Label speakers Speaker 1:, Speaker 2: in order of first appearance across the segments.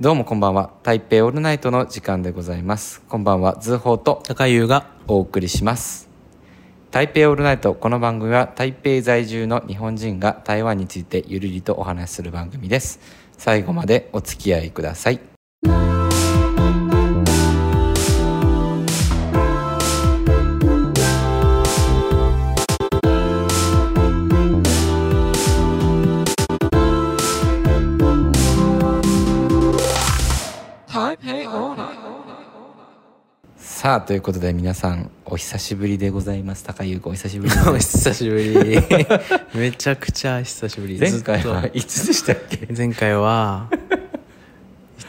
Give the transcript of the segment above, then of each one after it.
Speaker 1: どうもこんばんは台北オールナイトの時間でございますこんばんはズーホーと
Speaker 2: 高優が
Speaker 1: お送りします台北オールナイトこの番組は台北在住の日本人が台湾についてゆるりとお話しする番組です最後までお付き合いくださいさあということで皆さんお久しぶりでございます高井優 子お久しぶりで
Speaker 2: お久しぶりめちゃくちゃ久しぶり
Speaker 1: 前回
Speaker 2: ずっ
Speaker 1: はいつでしたっけ
Speaker 2: と前回はい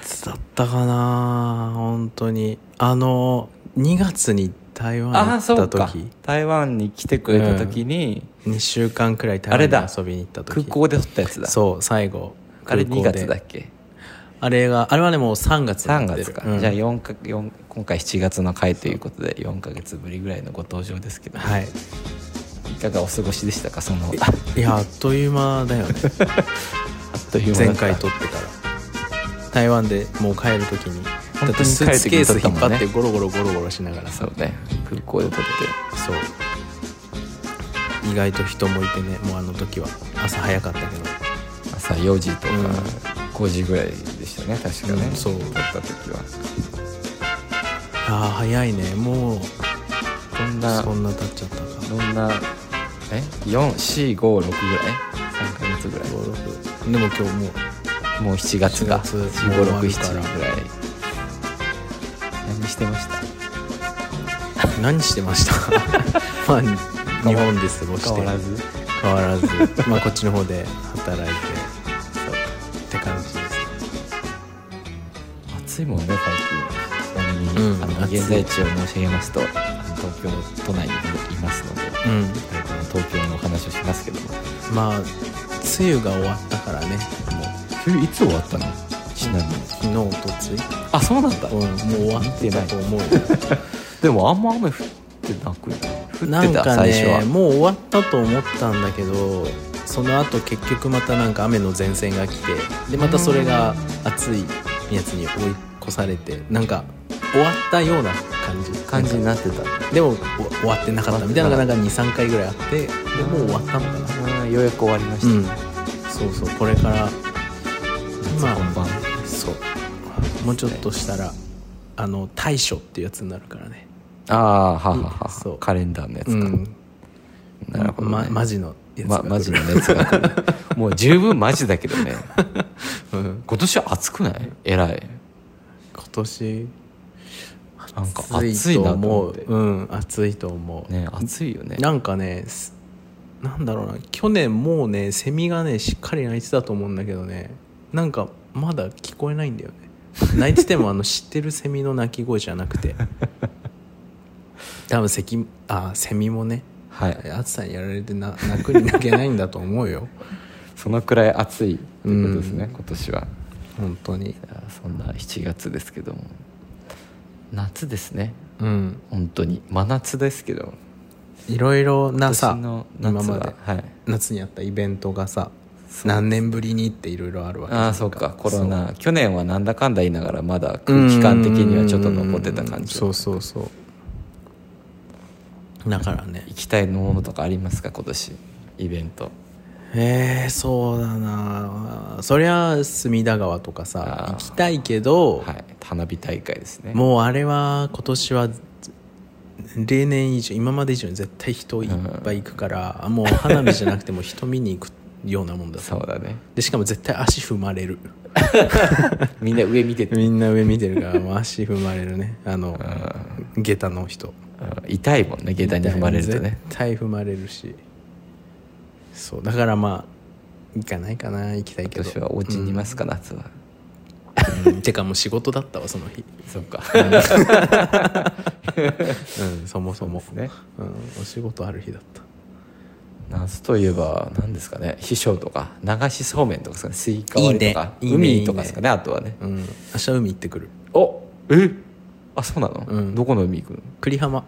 Speaker 2: つだったかな本当にあの2月に台湾
Speaker 1: あ
Speaker 2: 行
Speaker 1: あ
Speaker 2: っ
Speaker 1: そ
Speaker 2: た
Speaker 1: うか
Speaker 2: 時
Speaker 1: 台湾に来てくれた時に、
Speaker 2: 2週間くらい
Speaker 1: あれだ
Speaker 2: 台湾に遊びに行った時
Speaker 1: 空港で撮ったやつだ
Speaker 2: そう最後
Speaker 1: あれ
Speaker 2: 空
Speaker 1: 2
Speaker 2: 港で
Speaker 1: 月だっけ
Speaker 2: あれがあれはねもう3月にな
Speaker 1: 3
Speaker 2: ってる
Speaker 1: 月か、
Speaker 2: うん
Speaker 1: じゃあ4か4今回7月の回ということで4か月ぶりぐらいのご登場ですけど、
Speaker 2: はい
Speaker 1: いかがお過ごしでしたかそのあ
Speaker 2: いやあっという間だよね
Speaker 1: っという間だ
Speaker 2: 前
Speaker 1: った
Speaker 2: 回撮ってから台湾でもう帰る時にだってス
Speaker 1: 本当
Speaker 2: ー
Speaker 1: に
Speaker 2: ツケ
Speaker 1: 帰る時に
Speaker 2: ー
Speaker 1: 撮ったも
Speaker 2: ス引っ
Speaker 1: んね
Speaker 2: 張ってゴロゴロゴロゴロしながらさ
Speaker 1: そうね空港で撮って
Speaker 2: そう意外と人もいてねもうあの時は朝早かったけど
Speaker 1: 朝4時とか
Speaker 2: うん
Speaker 1: 5時ぐらいでしたね確かね、
Speaker 2: うんそう
Speaker 1: 撮った時は
Speaker 2: ああ早いねもう
Speaker 1: こんな
Speaker 2: そんな経っちゃったか
Speaker 1: どんなえ4456ぐらい3か月ぐらい
Speaker 2: 56でも今日もう
Speaker 1: もう7月が
Speaker 2: 7月もう終わ
Speaker 1: 4567
Speaker 2: るから
Speaker 1: ぐらい何してました
Speaker 2: 何してました まあ日本で過ごして
Speaker 1: 変わらず
Speaker 2: 変わらずまあこっちの方で働いてそうって感じです
Speaker 1: 暑いもんね最近ちなみに、
Speaker 2: うん
Speaker 1: あの
Speaker 2: 暑い
Speaker 1: 現在地を申し上げますとあの東京都内にいますので、
Speaker 2: うん
Speaker 1: この東京のお話をしますけども
Speaker 2: まあ梅雨が終わったからねもう
Speaker 1: 冬いつ終わったのちなみに、
Speaker 2: 昨日おとつい、
Speaker 1: あそうなんだ、
Speaker 2: うん、もう終わってたと 思うよ
Speaker 1: でもあんま雨降ってなく降っ
Speaker 2: な
Speaker 1: て
Speaker 2: ん
Speaker 1: た
Speaker 2: か
Speaker 1: 最初
Speaker 2: ね
Speaker 1: は
Speaker 2: もう終わったと思ったんだけどその後結局またなんか雨の前線が来てでまたそれが暑いやつに追い越されてなんか終わったような感じ
Speaker 1: 感じになってた
Speaker 2: でもお終わってなかったみたいなのがなんか23回ぐらいあってでもう終わったのかな
Speaker 1: うんようやく終わりました、
Speaker 2: うんそうそうこれから
Speaker 1: 夏本番
Speaker 2: そうもうちょっとしたらあの大暑っていうやつになるからね
Speaker 1: ああははは
Speaker 2: そう
Speaker 1: カレンダーのやつ
Speaker 2: う
Speaker 1: か、
Speaker 2: ん
Speaker 1: なるほど、ね
Speaker 2: ま、マジのやつ
Speaker 1: ま、
Speaker 2: が
Speaker 1: マジの熱が来る もう十分マジだけどね
Speaker 2: うん
Speaker 1: 今年は暑くない偉い
Speaker 2: 今年
Speaker 1: なんか暑
Speaker 2: 暑い
Speaker 1: いな
Speaker 2: と
Speaker 1: と
Speaker 2: 思
Speaker 1: 思
Speaker 2: う
Speaker 1: って
Speaker 2: うん暑いと思う、
Speaker 1: ね暑いよね
Speaker 2: なんかねすなんだろうな去年もうねセミがねしっかり鳴いてたと思うんだけどねなんかまだ聞こえないんだよね 鳴いててもあの知ってるセミの鳴き声じゃなくて多分セキあセミもね
Speaker 1: はい
Speaker 2: 暑さにやられてな泣くに泣けないんだと思うよ
Speaker 1: そのくらい暑いということですね、
Speaker 2: うん
Speaker 1: 今年は
Speaker 2: 本当に
Speaker 1: いやそんな7月ですけども夏ですね
Speaker 2: うん
Speaker 1: 本当に真夏ですけど
Speaker 2: いろいろ
Speaker 1: 今
Speaker 2: なさ
Speaker 1: 年の夏は
Speaker 2: 今まで
Speaker 1: はい
Speaker 2: 夏にあったイベントがさ
Speaker 1: そう
Speaker 2: 何年ぶりにっていろいろあるわけじゃ
Speaker 1: あ
Speaker 2: ん
Speaker 1: あそうかコロナ去年はなんだかんだ言いながらまだ空気感的にはちょっと残ってた感じ
Speaker 2: そうそうそうだからね
Speaker 1: 行きたいものとかありますか今年イベント
Speaker 2: えー、そうだなそりゃ隅田川とか
Speaker 1: あー
Speaker 2: さ行きたいけど、
Speaker 1: はい花火大会ですね
Speaker 2: もうあれは今年は例年以上今まで以上に絶対人いっぱい行くから、もう花火じゃなくても人見に行くようなもんだ
Speaker 1: そうだね
Speaker 2: でしかも絶対足踏ま れる
Speaker 1: みんな上見てて
Speaker 2: みんな上見てるからもう足踏まれるね あの下駄の人
Speaker 1: うん痛いもんね下駄に踏まれるとね
Speaker 2: 絶対踏まれるしそうだからまあ行かないかな行きたいけ
Speaker 1: 今
Speaker 2: ど
Speaker 1: 年はお家にいますか、夏は
Speaker 2: うんてかもう仕事だったわその日
Speaker 1: そうか
Speaker 2: うんそもそも
Speaker 1: そうですね
Speaker 2: うん、お仕事ある日だった
Speaker 1: 夏といえば何ですかね秘書とか流しそうめんとかですかねスイカ割りとか
Speaker 2: いいねいいね
Speaker 1: 海とかですかねあとはね
Speaker 2: うん明日海行ってくる
Speaker 1: おえあそうなの、
Speaker 2: うん
Speaker 1: どこの海行くの
Speaker 2: 栗浜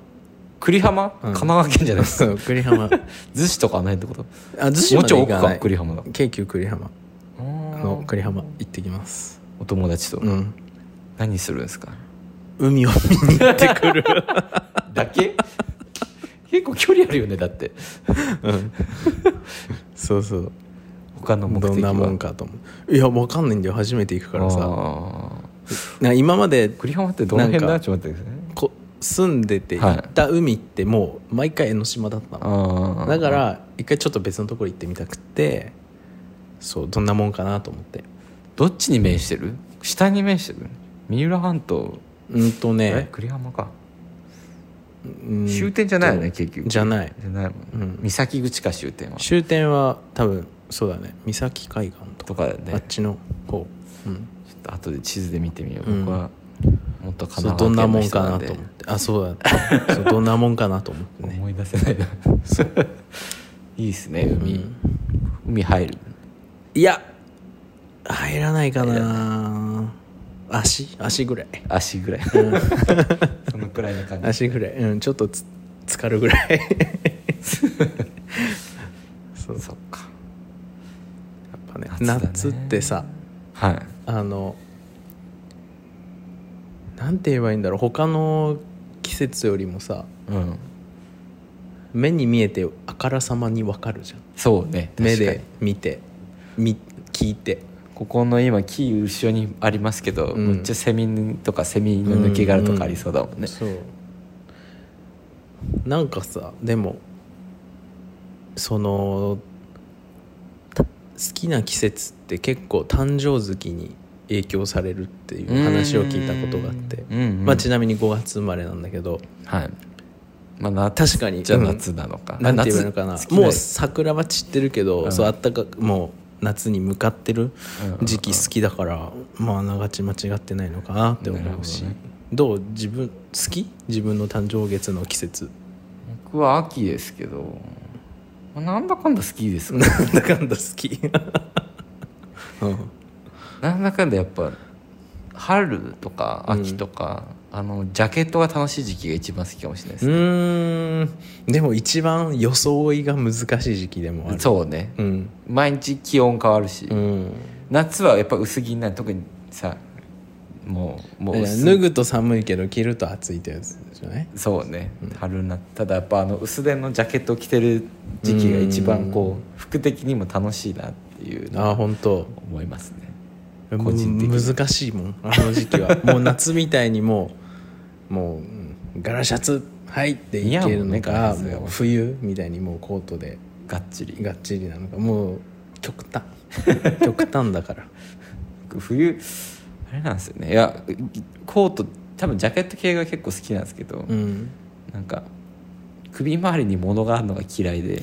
Speaker 1: 栗浜、
Speaker 2: うん
Speaker 1: 神奈川県じゃないですか
Speaker 2: そう栗 浜
Speaker 1: 逗子とかはないってこと
Speaker 2: あ逗子
Speaker 1: も
Speaker 2: ま
Speaker 1: うちょ
Speaker 2: で
Speaker 1: い奥
Speaker 2: 行か
Speaker 1: か
Speaker 2: ない
Speaker 1: 栗浜だ
Speaker 2: 京急栗浜
Speaker 1: あー
Speaker 2: の狩浜行ってきます
Speaker 1: お友達と
Speaker 2: うん
Speaker 1: 何するんですか、
Speaker 2: 海を見に行ってくる、
Speaker 1: だけ結構距離あるよねだって
Speaker 2: うん、 そうそう
Speaker 1: 他の目的は
Speaker 2: どんなもんかと思ういやわかんないんだよ初めて行くからさ
Speaker 1: あ
Speaker 2: なんか今まで
Speaker 1: ー栗浜ってどの辺
Speaker 2: な
Speaker 1: だ
Speaker 2: んか
Speaker 1: ちょっと待ってくださいね
Speaker 2: こ住んでて行
Speaker 1: はい
Speaker 2: った海ってもう毎回江ノ島だったの、
Speaker 1: あー
Speaker 2: だから一回ちょっと別のところ行ってみたくてそうどんなもんかなと思って
Speaker 1: どっちに面してる下に面してる三浦半島
Speaker 2: うんと
Speaker 1: え
Speaker 2: ね
Speaker 1: 栗浜か
Speaker 2: うん
Speaker 1: 終点じゃないよね結局
Speaker 2: じゃない
Speaker 1: じゃないもんね
Speaker 2: う
Speaker 1: 三
Speaker 2: ん
Speaker 1: 崎口か終点は
Speaker 2: 終点は多分そうだね三崎海岸とか
Speaker 1: とかだよ
Speaker 2: あ
Speaker 1: ね
Speaker 2: っちの方、うん、
Speaker 1: ちょっと後で地図で見てみよう、
Speaker 2: うん
Speaker 1: 僕はもっと神
Speaker 2: そう
Speaker 1: 奈
Speaker 2: どんな
Speaker 1: 川県
Speaker 2: も
Speaker 1: の
Speaker 2: ん
Speaker 1: 人
Speaker 2: か
Speaker 1: なん
Speaker 2: な
Speaker 1: で
Speaker 2: と思ってあそうだ そうどんなもんかなと思ってね
Speaker 1: 思い出せないな いいっすね海、
Speaker 2: うん
Speaker 1: 海入る
Speaker 2: いや入らないかな足足ぐらい、
Speaker 1: 足ぐらい そのくらいの感じ
Speaker 2: 足ぐらいうんちょっとつ浸かるぐらい そう
Speaker 1: そっか
Speaker 2: やっぱね
Speaker 1: 夏だね
Speaker 2: 夏ってさ
Speaker 1: はい
Speaker 2: あのなんて言えばいいんだろう他の季節よりもさ
Speaker 1: うん
Speaker 2: 目に見えてあからさまに分かるじゃん
Speaker 1: そうね確かに
Speaker 2: 目で見てみ聞いて
Speaker 1: ここの今木後ろにありますけど、
Speaker 2: うん
Speaker 1: めっちゃセミとかセミの抜け殻とかありそうだもんね、
Speaker 2: そうなんかさでもそのた好きな季節って結構誕生月に影響されるっていう話を聞いたことがあって、
Speaker 1: うんうん
Speaker 2: まあ、ちなみに5月生まれなんだけど
Speaker 1: はいまあ夏
Speaker 2: 確かに
Speaker 1: じゃあ
Speaker 2: うん
Speaker 1: 夏なのか、
Speaker 2: なんて言うのかな
Speaker 1: 夏好き
Speaker 2: もう桜は散ってるけど、
Speaker 1: うん
Speaker 2: そうあったかくもう夏に向かってる
Speaker 1: うん
Speaker 2: 時期好きだから、まああながち間違ってないのかなって思うし
Speaker 1: なる
Speaker 2: ど,、う自分好き自分の誕生月の季節
Speaker 1: 僕は秋ですけど、まあなんだかんだ好きですか
Speaker 2: なんだかんだ好き、うん、
Speaker 1: らなんだかんだやっぱ春とか秋とか、あのジャケットが楽しい時期が一番好きかもしれないです、
Speaker 2: うーんでも一番装いが難しい時期でもある
Speaker 1: そうね
Speaker 2: うん
Speaker 1: 毎日気温変わるし、
Speaker 2: うん
Speaker 1: 夏はやっぱ薄着になる特にさもうもう薄い
Speaker 2: 脱ぐと寒いけど着ると暑いってやつじゃない
Speaker 1: そうね春なただやっぱあの薄手のジャケットを着てる時期が一番こう服的にも楽しいなっていうのは
Speaker 2: ああ本当
Speaker 1: 思いますね個
Speaker 2: 個
Speaker 1: 人的に
Speaker 2: 難しいもんあの時期 はもう夏みたいにもうもううんガラシャツはいっていけるの
Speaker 1: 似合
Speaker 2: か
Speaker 1: うもんねガラシャツが
Speaker 2: もう冬みたいにもうコートで
Speaker 1: がっちり
Speaker 2: がっちりなのかもう極 端極端だから
Speaker 1: 冬あれなんですよねいやコート多分ジャケット系が結構好きなんですけど、
Speaker 2: うん
Speaker 1: なんか首周りに物があるのが嫌いで、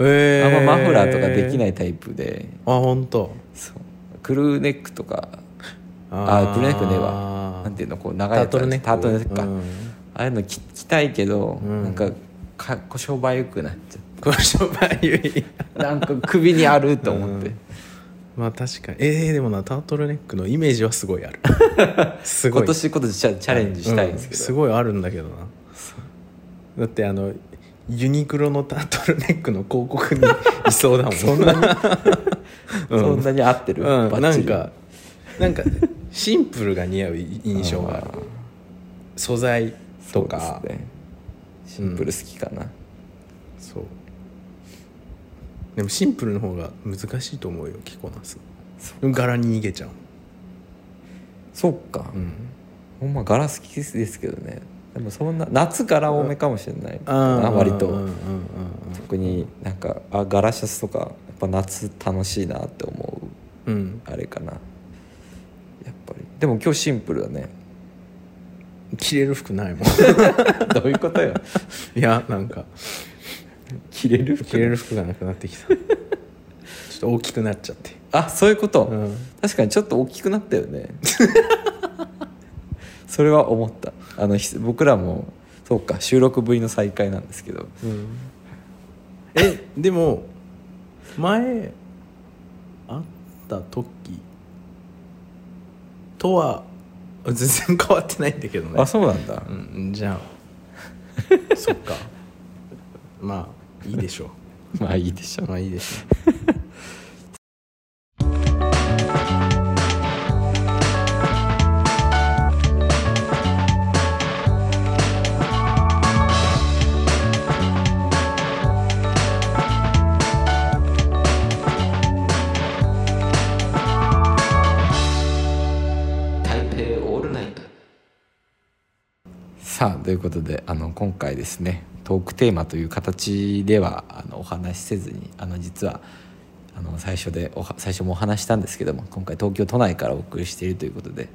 Speaker 2: へ
Speaker 1: あんまマフラーとかできないいタイプで
Speaker 2: あ本当
Speaker 1: そうクルーネックとかあークルーネックねえわなんていうのこう長い
Speaker 2: タ
Speaker 1: や
Speaker 2: ー
Speaker 1: つ
Speaker 2: トルネック
Speaker 1: タートルネックか、
Speaker 2: うん
Speaker 1: ああいうの着着たいけど、
Speaker 2: ん
Speaker 1: なんかか小商売よくなっちゃっ
Speaker 2: この商売ゆい
Speaker 1: て なんか首にあると思って、
Speaker 2: まあ確かにえー、でもなタートルネックのイメージはすごいあ るすごい
Speaker 1: 今年こそチャチャレンジしたいんですけど、
Speaker 2: うんすごいあるんだけどなだってあのユニクロのタートルネックの広告にいそうだもんそんな うん
Speaker 1: そんなに合ってる、
Speaker 2: うん、
Speaker 1: バ
Speaker 2: な
Speaker 1: ッチ
Speaker 2: ん
Speaker 1: リ
Speaker 2: かなんかシンプルが似合う印象がある素材とか
Speaker 1: そうですねシンプル好きかな、
Speaker 2: そう,、でもシンプルの方が難しいと思うよ着こなす
Speaker 1: そ
Speaker 2: 柄に逃げちゃう
Speaker 1: そっか、
Speaker 2: うん
Speaker 1: ほんま柄好きですけどねでもそんな夏柄多めかもしれない、
Speaker 2: あ
Speaker 1: あ割と、
Speaker 2: うんうんうんうん
Speaker 1: 特になんかあ柄シャツとかやっぱ夏楽しいなって思う
Speaker 2: うん
Speaker 1: あれかなやっぱりでも今日シンプルだね
Speaker 2: 着れる服ない もん
Speaker 1: どういうことよ
Speaker 2: いやなんか
Speaker 1: 着れる
Speaker 2: 着れる服がなくなってきたちょっと大きくなっちゃって
Speaker 1: あそういうこと、
Speaker 2: うん
Speaker 1: 確かにちょっと大きくなったよね それは思ったあのひ僕らもそうか収録ぶりの再会なんですけど
Speaker 2: えでも前会った時とは全然変わってないんだけどね
Speaker 1: あそうなんだ、
Speaker 2: うんじゃあそっかまあいいで しょ
Speaker 1: まあいいでしょ
Speaker 2: うまあいいでしょう
Speaker 1: さあということであの今回ですねトークテーマという形ではあのお話しせずにあの実はあの最初でおは最初もお話ししたんですけども今回東京都内からお送りしているということで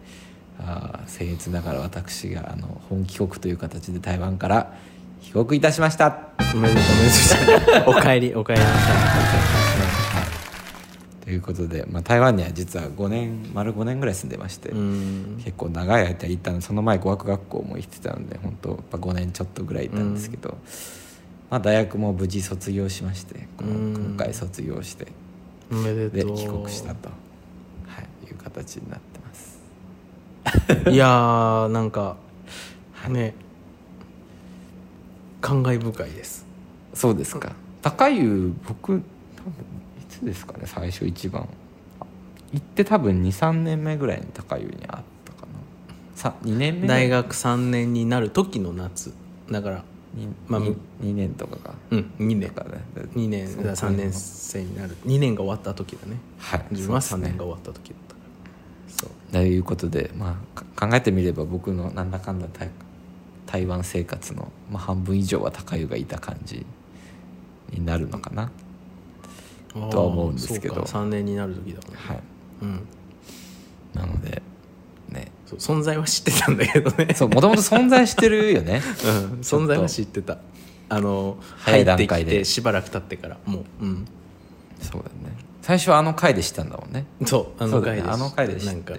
Speaker 1: あー僭越ながら私があの本帰国という形で台湾から帰国いたしました。
Speaker 2: おめでと うおめでとうおかえりおかえりなさい
Speaker 1: ということで、まあ、台湾には実は5年丸5年ぐらい住んでまして、
Speaker 2: うん
Speaker 1: 結構長い間行ったんでその前語学学校も行ってたので本当やっぱ5年ちょっとぐらいいたんですけど、まあ、大学も無事卒業しましてこの
Speaker 2: うん
Speaker 1: 今回卒業して
Speaker 2: おめで
Speaker 1: で
Speaker 2: とう
Speaker 1: 帰国したと、はい、いう形になってます
Speaker 2: いやーなんかね感慨深いです
Speaker 1: そうですか高湯僕多分いつですかね最初一番行って多分23年目ぐらいに高湯にあったかなさ2年目ぐらい
Speaker 2: 大学3年になる時の夏だから
Speaker 1: に
Speaker 2: まあ
Speaker 1: に2年とかか
Speaker 2: うん2年
Speaker 1: だからね
Speaker 2: 2年だ3年生になる2年が終わった時だね
Speaker 1: はい
Speaker 2: 自分は
Speaker 1: そ
Speaker 2: 3
Speaker 1: うですね
Speaker 2: 年が終わった時だったから
Speaker 1: ということで、まあ、か考えてみれば僕のなんだかんだ台台湾生活の、まあ、半分以上は高湯がいた感じになるのかな、
Speaker 2: そう
Speaker 1: とは思うんですけど
Speaker 2: 3年になる時だもんね
Speaker 1: はい、
Speaker 2: うん
Speaker 1: なのでね
Speaker 2: そう存在は知ってたんだけどね
Speaker 1: そうもともと存在してるよね
Speaker 2: うん存在は知ってたあの
Speaker 1: 早
Speaker 2: 入
Speaker 1: い
Speaker 2: っ
Speaker 1: 段
Speaker 2: て
Speaker 1: 階
Speaker 2: き
Speaker 1: で
Speaker 2: てしばらく経ってからもううん
Speaker 1: そうだね最初はあの回でしたんだもんね
Speaker 2: そう
Speaker 1: そ
Speaker 2: あの
Speaker 1: うだ
Speaker 2: 回
Speaker 1: ね
Speaker 2: で
Speaker 1: あの回で知って
Speaker 2: なんか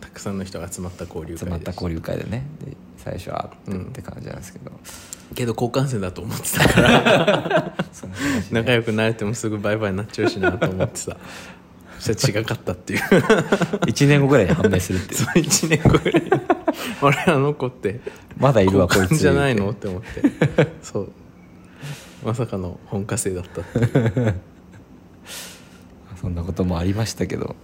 Speaker 2: たくさんの人が集まった交流
Speaker 1: 集
Speaker 2: 会
Speaker 1: まった
Speaker 2: で
Speaker 1: 交流会でねで最初は会ってって感じなんですけど、
Speaker 2: けど交換生だと思って たから
Speaker 1: そんな話ね
Speaker 2: 仲良くなれてもすぐバイバイになっちゃうしなと思ってたそしたら違かっ たっていう
Speaker 1: 1年後ぐらいに判明するっていう
Speaker 2: その1年後ぐらいにあれあの子って
Speaker 1: まだいるわこいつ
Speaker 2: じゃないのって思ってそうまさかの本科生だった っていう
Speaker 1: そんなこともありましたけど、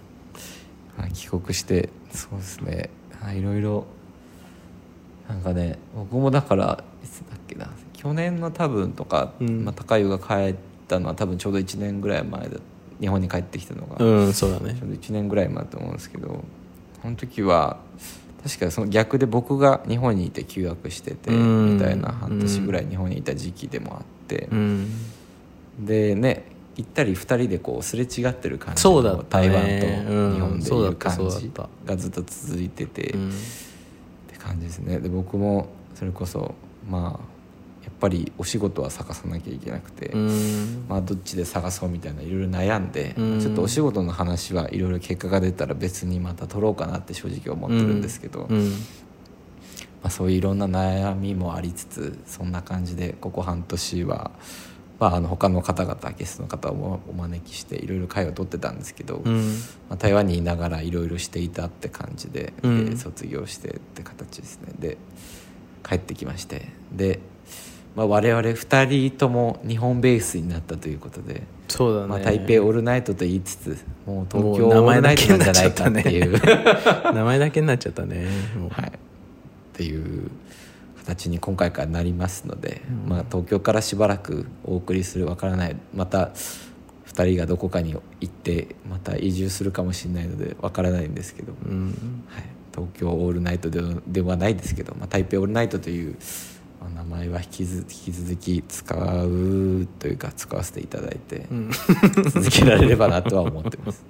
Speaker 1: まあ、帰国してそうですね、はい、いろいろなんかね僕もだからいつだっけな去年の多分とか、
Speaker 2: うん
Speaker 1: まあ、高湯が帰ったのは多分ちょうど1年ぐらい前だ日本に帰ってきたのが、ち
Speaker 2: うんそうだね
Speaker 1: ょうど1年ぐらい前だと思うんですけどその時は確かその逆で僕が日本にいて休学してて
Speaker 2: うん
Speaker 1: みたいな半年ぐらい日本にいた時期でもあって。
Speaker 2: うん
Speaker 1: でね行ったり二人でこうすれ違ってる感じ
Speaker 2: そうだ
Speaker 1: の
Speaker 2: ったね
Speaker 1: 台湾と日本で
Speaker 2: うんそう
Speaker 1: い
Speaker 2: だ
Speaker 1: う
Speaker 2: った
Speaker 1: 感
Speaker 2: そう
Speaker 1: じ
Speaker 2: だっ
Speaker 1: がずっと続いてて、
Speaker 2: う
Speaker 1: っ
Speaker 2: ん
Speaker 1: て感じですねで僕もそれこそまあやっぱりお仕事は探さなきゃいけなくて、
Speaker 2: うん
Speaker 1: まあ、どっちで探そうみたいないろいろ悩んで、
Speaker 2: うん
Speaker 1: ちょっとお仕事の話はいろいろ結果が出たら別にまた取ろうかなって正直思ってるんですけど、
Speaker 2: う
Speaker 1: ま
Speaker 2: ん
Speaker 1: あ、そういういろんな悩みもありつつそんな感じでここ半年は。まあ、あの他の方々ゲストの方をお招きしていろいろ会を取ってたんですけど、
Speaker 2: う
Speaker 1: ま
Speaker 2: ん
Speaker 1: あ、台湾にいながらいろいろしていたって感じで,で、
Speaker 2: うん
Speaker 1: 卒業してって形ですねで帰ってきましてで、まあ、我々2人とも日本ベースになったということで、
Speaker 2: そうだね、
Speaker 1: まあ、台北オールナイトと言いつつもう東京オ
Speaker 2: もう
Speaker 1: ー
Speaker 2: 名
Speaker 1: ル
Speaker 2: 前
Speaker 1: ナイ
Speaker 2: だ
Speaker 1: ト
Speaker 2: け
Speaker 1: なんじゃな
Speaker 2: になっちゃ
Speaker 1: い
Speaker 2: っ
Speaker 1: か
Speaker 2: た
Speaker 1: っ
Speaker 2: ね
Speaker 1: ていう。
Speaker 2: 名前だけになっちゃったねもう
Speaker 1: はい、っていう形に今回からなりますので、まあ、東京からしばらくお送りするわからないまた2人がどこかに行ってまた移住するかもしれないのでわからないんですけど、
Speaker 2: うん
Speaker 1: はい、東京オールナイトでではないですけど、まあ、台北オールナイトという、まあ名前は引きず引き続き使うというか使わせていただいて、
Speaker 2: ん
Speaker 1: 続けられればなとは思ってます。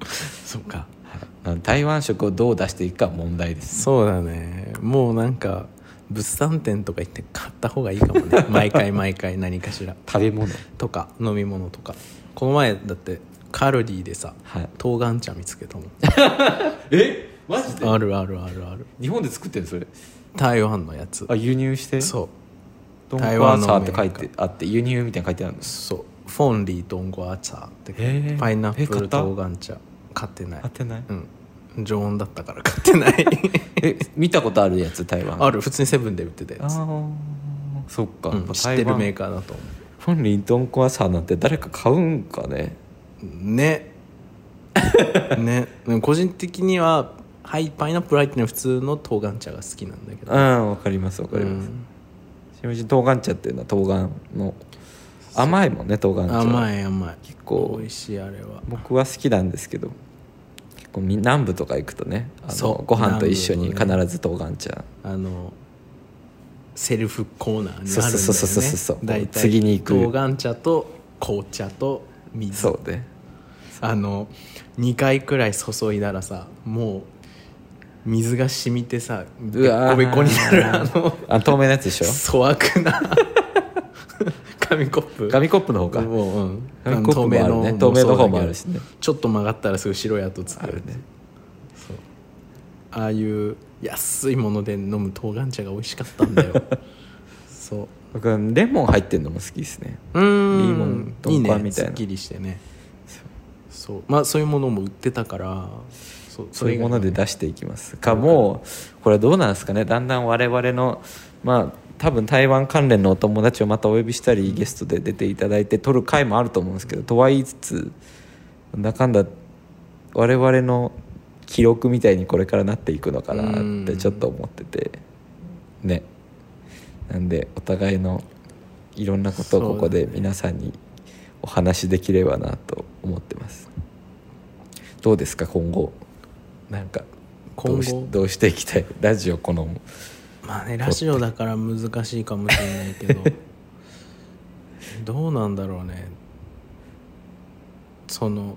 Speaker 2: そうか
Speaker 1: はい、台湾食をどう出していくかは問題です
Speaker 2: そうだねもうなんか物産展とか行って買った方がいいかも ね毎回毎回何かしら
Speaker 1: 食べ物
Speaker 2: とか飲み物とかこの前だってカロリーでさ
Speaker 1: はい
Speaker 2: 冬瓜茶見つけたもん
Speaker 1: えマジ
Speaker 2: あるあるあるある
Speaker 1: 日本で作ってんのそれ
Speaker 2: 台湾のやつ
Speaker 1: あ輸入してう
Speaker 2: そ
Speaker 1: ドン
Speaker 2: 台
Speaker 1: コア
Speaker 2: 湾の
Speaker 1: サーって書い
Speaker 2: メ
Speaker 1: てあって輸入みたいなの書いてあるんで
Speaker 2: う
Speaker 1: す
Speaker 2: そうフォンリードンゴアチャーって
Speaker 1: へー
Speaker 2: パイナッ
Speaker 1: え
Speaker 2: プ
Speaker 1: 買っ
Speaker 2: ル
Speaker 1: た
Speaker 2: 冬瓜茶買ってない
Speaker 1: 当てない
Speaker 2: うん常温だったから買ってない
Speaker 1: え見たことあるやつ台湾
Speaker 2: ある普通にセブンで売ってた
Speaker 1: あ
Speaker 2: やつ
Speaker 1: ーそっか、
Speaker 2: うん知ってるメー
Speaker 1: カー
Speaker 2: カーだと思
Speaker 1: ファンリードンコアサーなんて誰か買うんかね
Speaker 2: うね ねでも個人的にははいパイナップル入ってる普通の冬瓜茶が好きなんだけど
Speaker 1: うんわかりますわかります、
Speaker 2: うん
Speaker 1: しめじ冬瓜茶っていうのは冬瓜の甘いもんね冬瓜茶
Speaker 2: 甘
Speaker 1: い
Speaker 2: い甘い
Speaker 1: 結構
Speaker 2: 美味しいあれは
Speaker 1: 僕は好きなんですけど結構み南部とか行くとねあの
Speaker 2: そう
Speaker 1: ご飯と一緒に
Speaker 2: 南部
Speaker 1: 必ず冬
Speaker 2: のね
Speaker 1: 瓜茶
Speaker 2: あのセルフコーナーになるんだよね
Speaker 1: そうそうそうそうそうそう
Speaker 2: 大体
Speaker 1: 次に行く
Speaker 2: 冬瓜茶と紅茶と水
Speaker 1: そうね
Speaker 2: あの2回くらい注いだらさもう水が染みてさ
Speaker 1: う
Speaker 2: べっ
Speaker 1: わ
Speaker 2: こ
Speaker 1: ー
Speaker 2: べこになるあの
Speaker 1: あ透明なやつでしょ
Speaker 2: 粗悪な 紙コップ
Speaker 1: 紙コップの方か
Speaker 2: もう、うん、
Speaker 1: 紙コップもあるね
Speaker 2: あの
Speaker 1: 透明の方
Speaker 2: そうだけど
Speaker 1: もあるしね
Speaker 2: ちょっと曲がったらすぐ白い跡つく
Speaker 1: あるね
Speaker 2: そうああいう安いもので飲む冬瓜茶が美味しかったん だよそう
Speaker 1: 僕はレモン入ってるのも好きですね
Speaker 2: うーん
Speaker 1: リーモンとかみたいな
Speaker 2: ねすっきりしてねそうまあそういうものも売ってたからそう
Speaker 1: そういうもので
Speaker 2: それ以外は
Speaker 1: 出
Speaker 2: ね
Speaker 1: していきますかもうこれどうなんですかねだんだん我々のまあ多分台湾関連のお友達をまたお呼びしたりゲストで出ていただいて撮る回もあると思うんですけどとは言いつつなんだかんだ我々の記録みたいにこれからなっていくのかなってちょっと思っててねなんでお互いのいろんなことをここで皆さんにお話しできればなと思ってます。どうですか今後なんかど
Speaker 2: 今後
Speaker 1: うしどうしていきたいラジオこの
Speaker 2: まあねラジオだから難しいかもしれな いけどどうなんだろうねその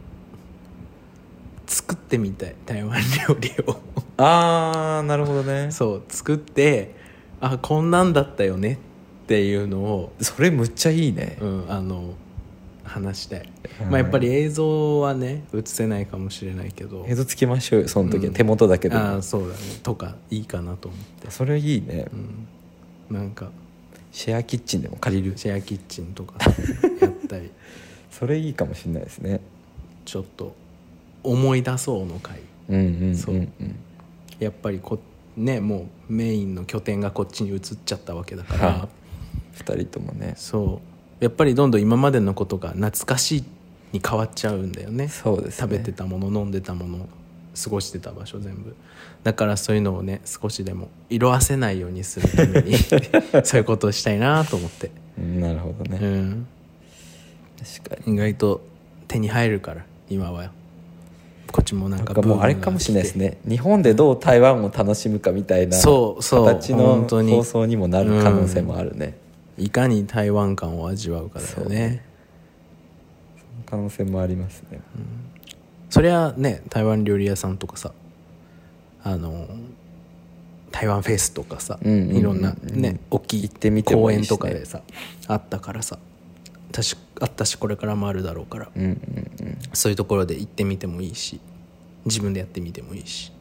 Speaker 2: 作ってみたい台湾料理 を
Speaker 1: ああなるほどねそ
Speaker 2: そう作ってあこんなんだったよねっていうのを
Speaker 1: れむっちゃいいね、
Speaker 2: うん、あの話したい、
Speaker 1: うん
Speaker 2: まあ、やっぱり映像はね映せないかもしれないけど
Speaker 1: 映像つけましょうよその時は、
Speaker 2: うん
Speaker 1: 手元だけで
Speaker 2: あ
Speaker 1: も
Speaker 2: あそうだねとかいいかなと思って、
Speaker 1: それいいね、
Speaker 2: うん、なんか
Speaker 1: シェアキッチンでも借りる
Speaker 2: シェアキッチンとかやっ たり
Speaker 1: それいいかもしれないですね
Speaker 2: ちょっと思い出そうの回
Speaker 1: うんうんうんうん
Speaker 2: そうやっぱりこねもうメインの拠点がこっちに移っちゃったわけだから、
Speaker 1: はい2人ともね
Speaker 2: そうやっぱりどんどん今までのことが懐かしいに変わっちゃうんだよね
Speaker 1: そうですね
Speaker 2: 食べてたもの飲んでたもの過ごしてた場所全部だからそういうのをね少しでも色あせないようにするため にそういうことをしたいなと思って、
Speaker 1: うんなるほどね、
Speaker 2: うん、
Speaker 1: 確かに
Speaker 2: 意外と手に入るから今はこっちもなん
Speaker 1: なん
Speaker 2: か
Speaker 1: かもう
Speaker 2: ブームが
Speaker 1: あれかもしれないですね日本でどう台湾を楽しむかみたいな
Speaker 2: そうそう
Speaker 1: 形の
Speaker 2: 本当に
Speaker 1: 放送にもなる可能性もあるね、
Speaker 2: いかに台湾感を味わうかだよ
Speaker 1: そう
Speaker 2: ね
Speaker 1: 可能性もありますね、
Speaker 2: そりゃね台湾料理屋さんとかさあの台湾フェスとかさ、
Speaker 1: うんうんうんうん
Speaker 2: いろんなね大きい
Speaker 1: 行ってみてもいいしね
Speaker 2: 公園とかでさあったからさ確かあったしこれからもあるだろうから、
Speaker 1: うんうんうん
Speaker 2: そういうところで行ってみてもいいし自分でやってみてもいいし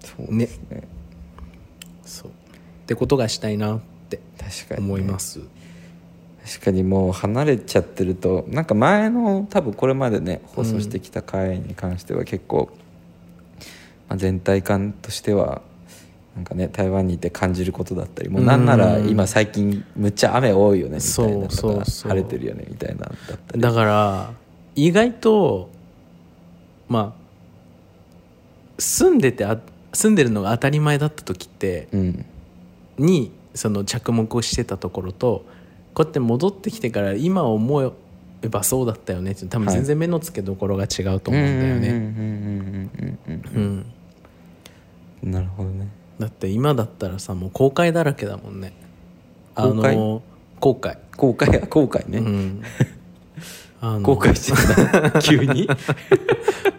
Speaker 1: そうですね
Speaker 2: そうってことがしたいなって
Speaker 1: 確かにね、
Speaker 2: 思います、
Speaker 1: 確かにもう離れちゃってるとなんか前の多分これまでね放送してきた回に関しては結構、まあ、全体感としてはなんかね台湾にいて感じることだったりもうなんなら
Speaker 2: うん
Speaker 1: 今最近むっちゃ雨多いよねみたいなと
Speaker 2: そうそ
Speaker 1: か
Speaker 2: うそう
Speaker 1: 晴れてるよねみたいなのだったり
Speaker 2: だから意外とまあ住んでてあ住んでるのが当たり前だった時って、
Speaker 1: うん
Speaker 2: にその着目をしてたところとこうやって戻ってきてから今思えばそうだったよねって多分
Speaker 1: はい
Speaker 2: 全然目の付けどころが違うと思うんだよ
Speaker 1: うん
Speaker 2: ね。
Speaker 1: うんうんうんうんうん
Speaker 2: うん
Speaker 1: うんなるほどね
Speaker 2: だって今だったらさもう公開だらけだもんね。あ
Speaker 1: 公開
Speaker 2: の後悔、
Speaker 1: 後悔や後悔ね、
Speaker 2: うん、あの
Speaker 1: 後悔してた 急に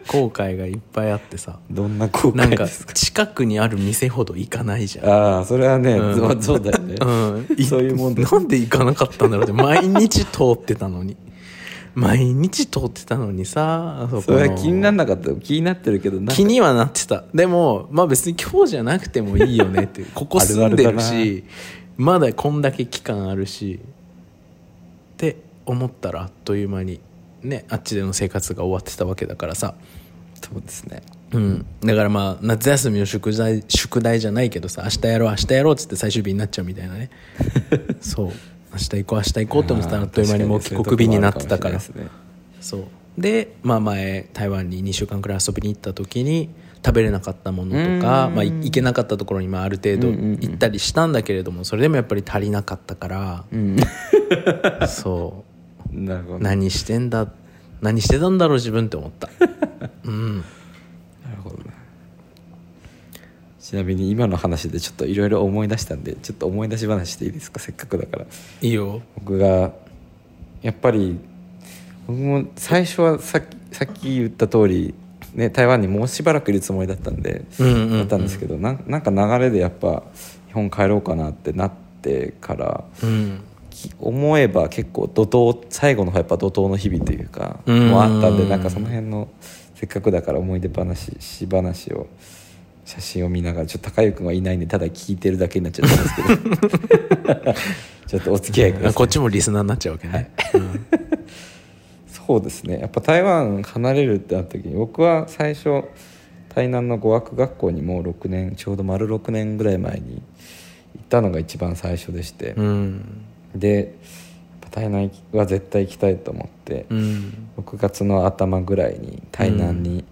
Speaker 2: 後悔がいっぱいあってさ
Speaker 1: どんな後
Speaker 2: な
Speaker 1: 悔
Speaker 2: んか
Speaker 1: ですか
Speaker 2: 近くにある店ほど行かないじゃん。
Speaker 1: ああそれはね、
Speaker 2: うん
Speaker 1: そうそうだよね、
Speaker 2: う ん、
Speaker 1: そういうもんだ
Speaker 2: なんで行かなかったんだろうって毎日通ってたのに毎日通ってたのにさそこの
Speaker 1: それは気にならなかったよ気になってるけどなんか
Speaker 2: 気にはなってたでもまあ別に今日じゃなくてもいいよねって ここ住んでるし
Speaker 1: あるある
Speaker 2: まだこんだけ期間あるしって思ったらあっという間にねあっちでの生活が終わってたわけだからさ
Speaker 1: そうですね
Speaker 2: うん、だからまあ夏休みの宿題宿題じゃないけどさ明日やろう明日やろうっつって最終日になっちゃうみたい なねそう明日行こう明日行こうって思ってたらあっという間にもう帰国日になってたから
Speaker 1: 確にそういうとこもあるかもしれないですね
Speaker 2: そうで、まあ、前台湾に2週間くらい遊びに行った時に食べれなかったものとか、
Speaker 1: うん
Speaker 2: まあ、い行けなかったところにまあある程度
Speaker 1: うんうんうん
Speaker 2: 行ったりしたんだけれどもそれでもやっぱり足りなかったから
Speaker 1: うん
Speaker 2: そ
Speaker 1: なるほど
Speaker 2: う
Speaker 1: な
Speaker 2: 何してんだ何してたんだろう自分って思ったうん
Speaker 1: るほどねちなみに今の話でちょっといろいろ思い出したんでちょっと思い出し話していいですかせっかくだから
Speaker 2: いいよ
Speaker 1: 僕がやっぱり僕も最初はさっきさっき言った通りね台湾にもうしばらくいるつもりだったんで、
Speaker 2: うんうんうん
Speaker 1: だったんですけどなんなんか流れでやっぱ日本帰ろうかなってなってから
Speaker 2: うん
Speaker 1: き思えば結構怒涛最後の方やっぱ怒涛の日々というか
Speaker 2: うん
Speaker 1: もあったんでなんかその辺のせっかくだから思い出話し話を写真を見ながらちょっと高く君はいないんでただ聞いてるだけになっちゃったんですけど ちょっとお付き合いください。
Speaker 2: こっちもリスナーになっちゃうわけね、うん
Speaker 1: そうですねやっぱ台湾離れるってなった時に僕は最初台南の語学学校にもう6年ちょうど丸6年ぐらい前に行ったのが一番最初でして、
Speaker 2: うん
Speaker 1: でやっぱ台南は絶対行きたいと思って、
Speaker 2: うん
Speaker 1: 6月の頭ぐらいに台南に、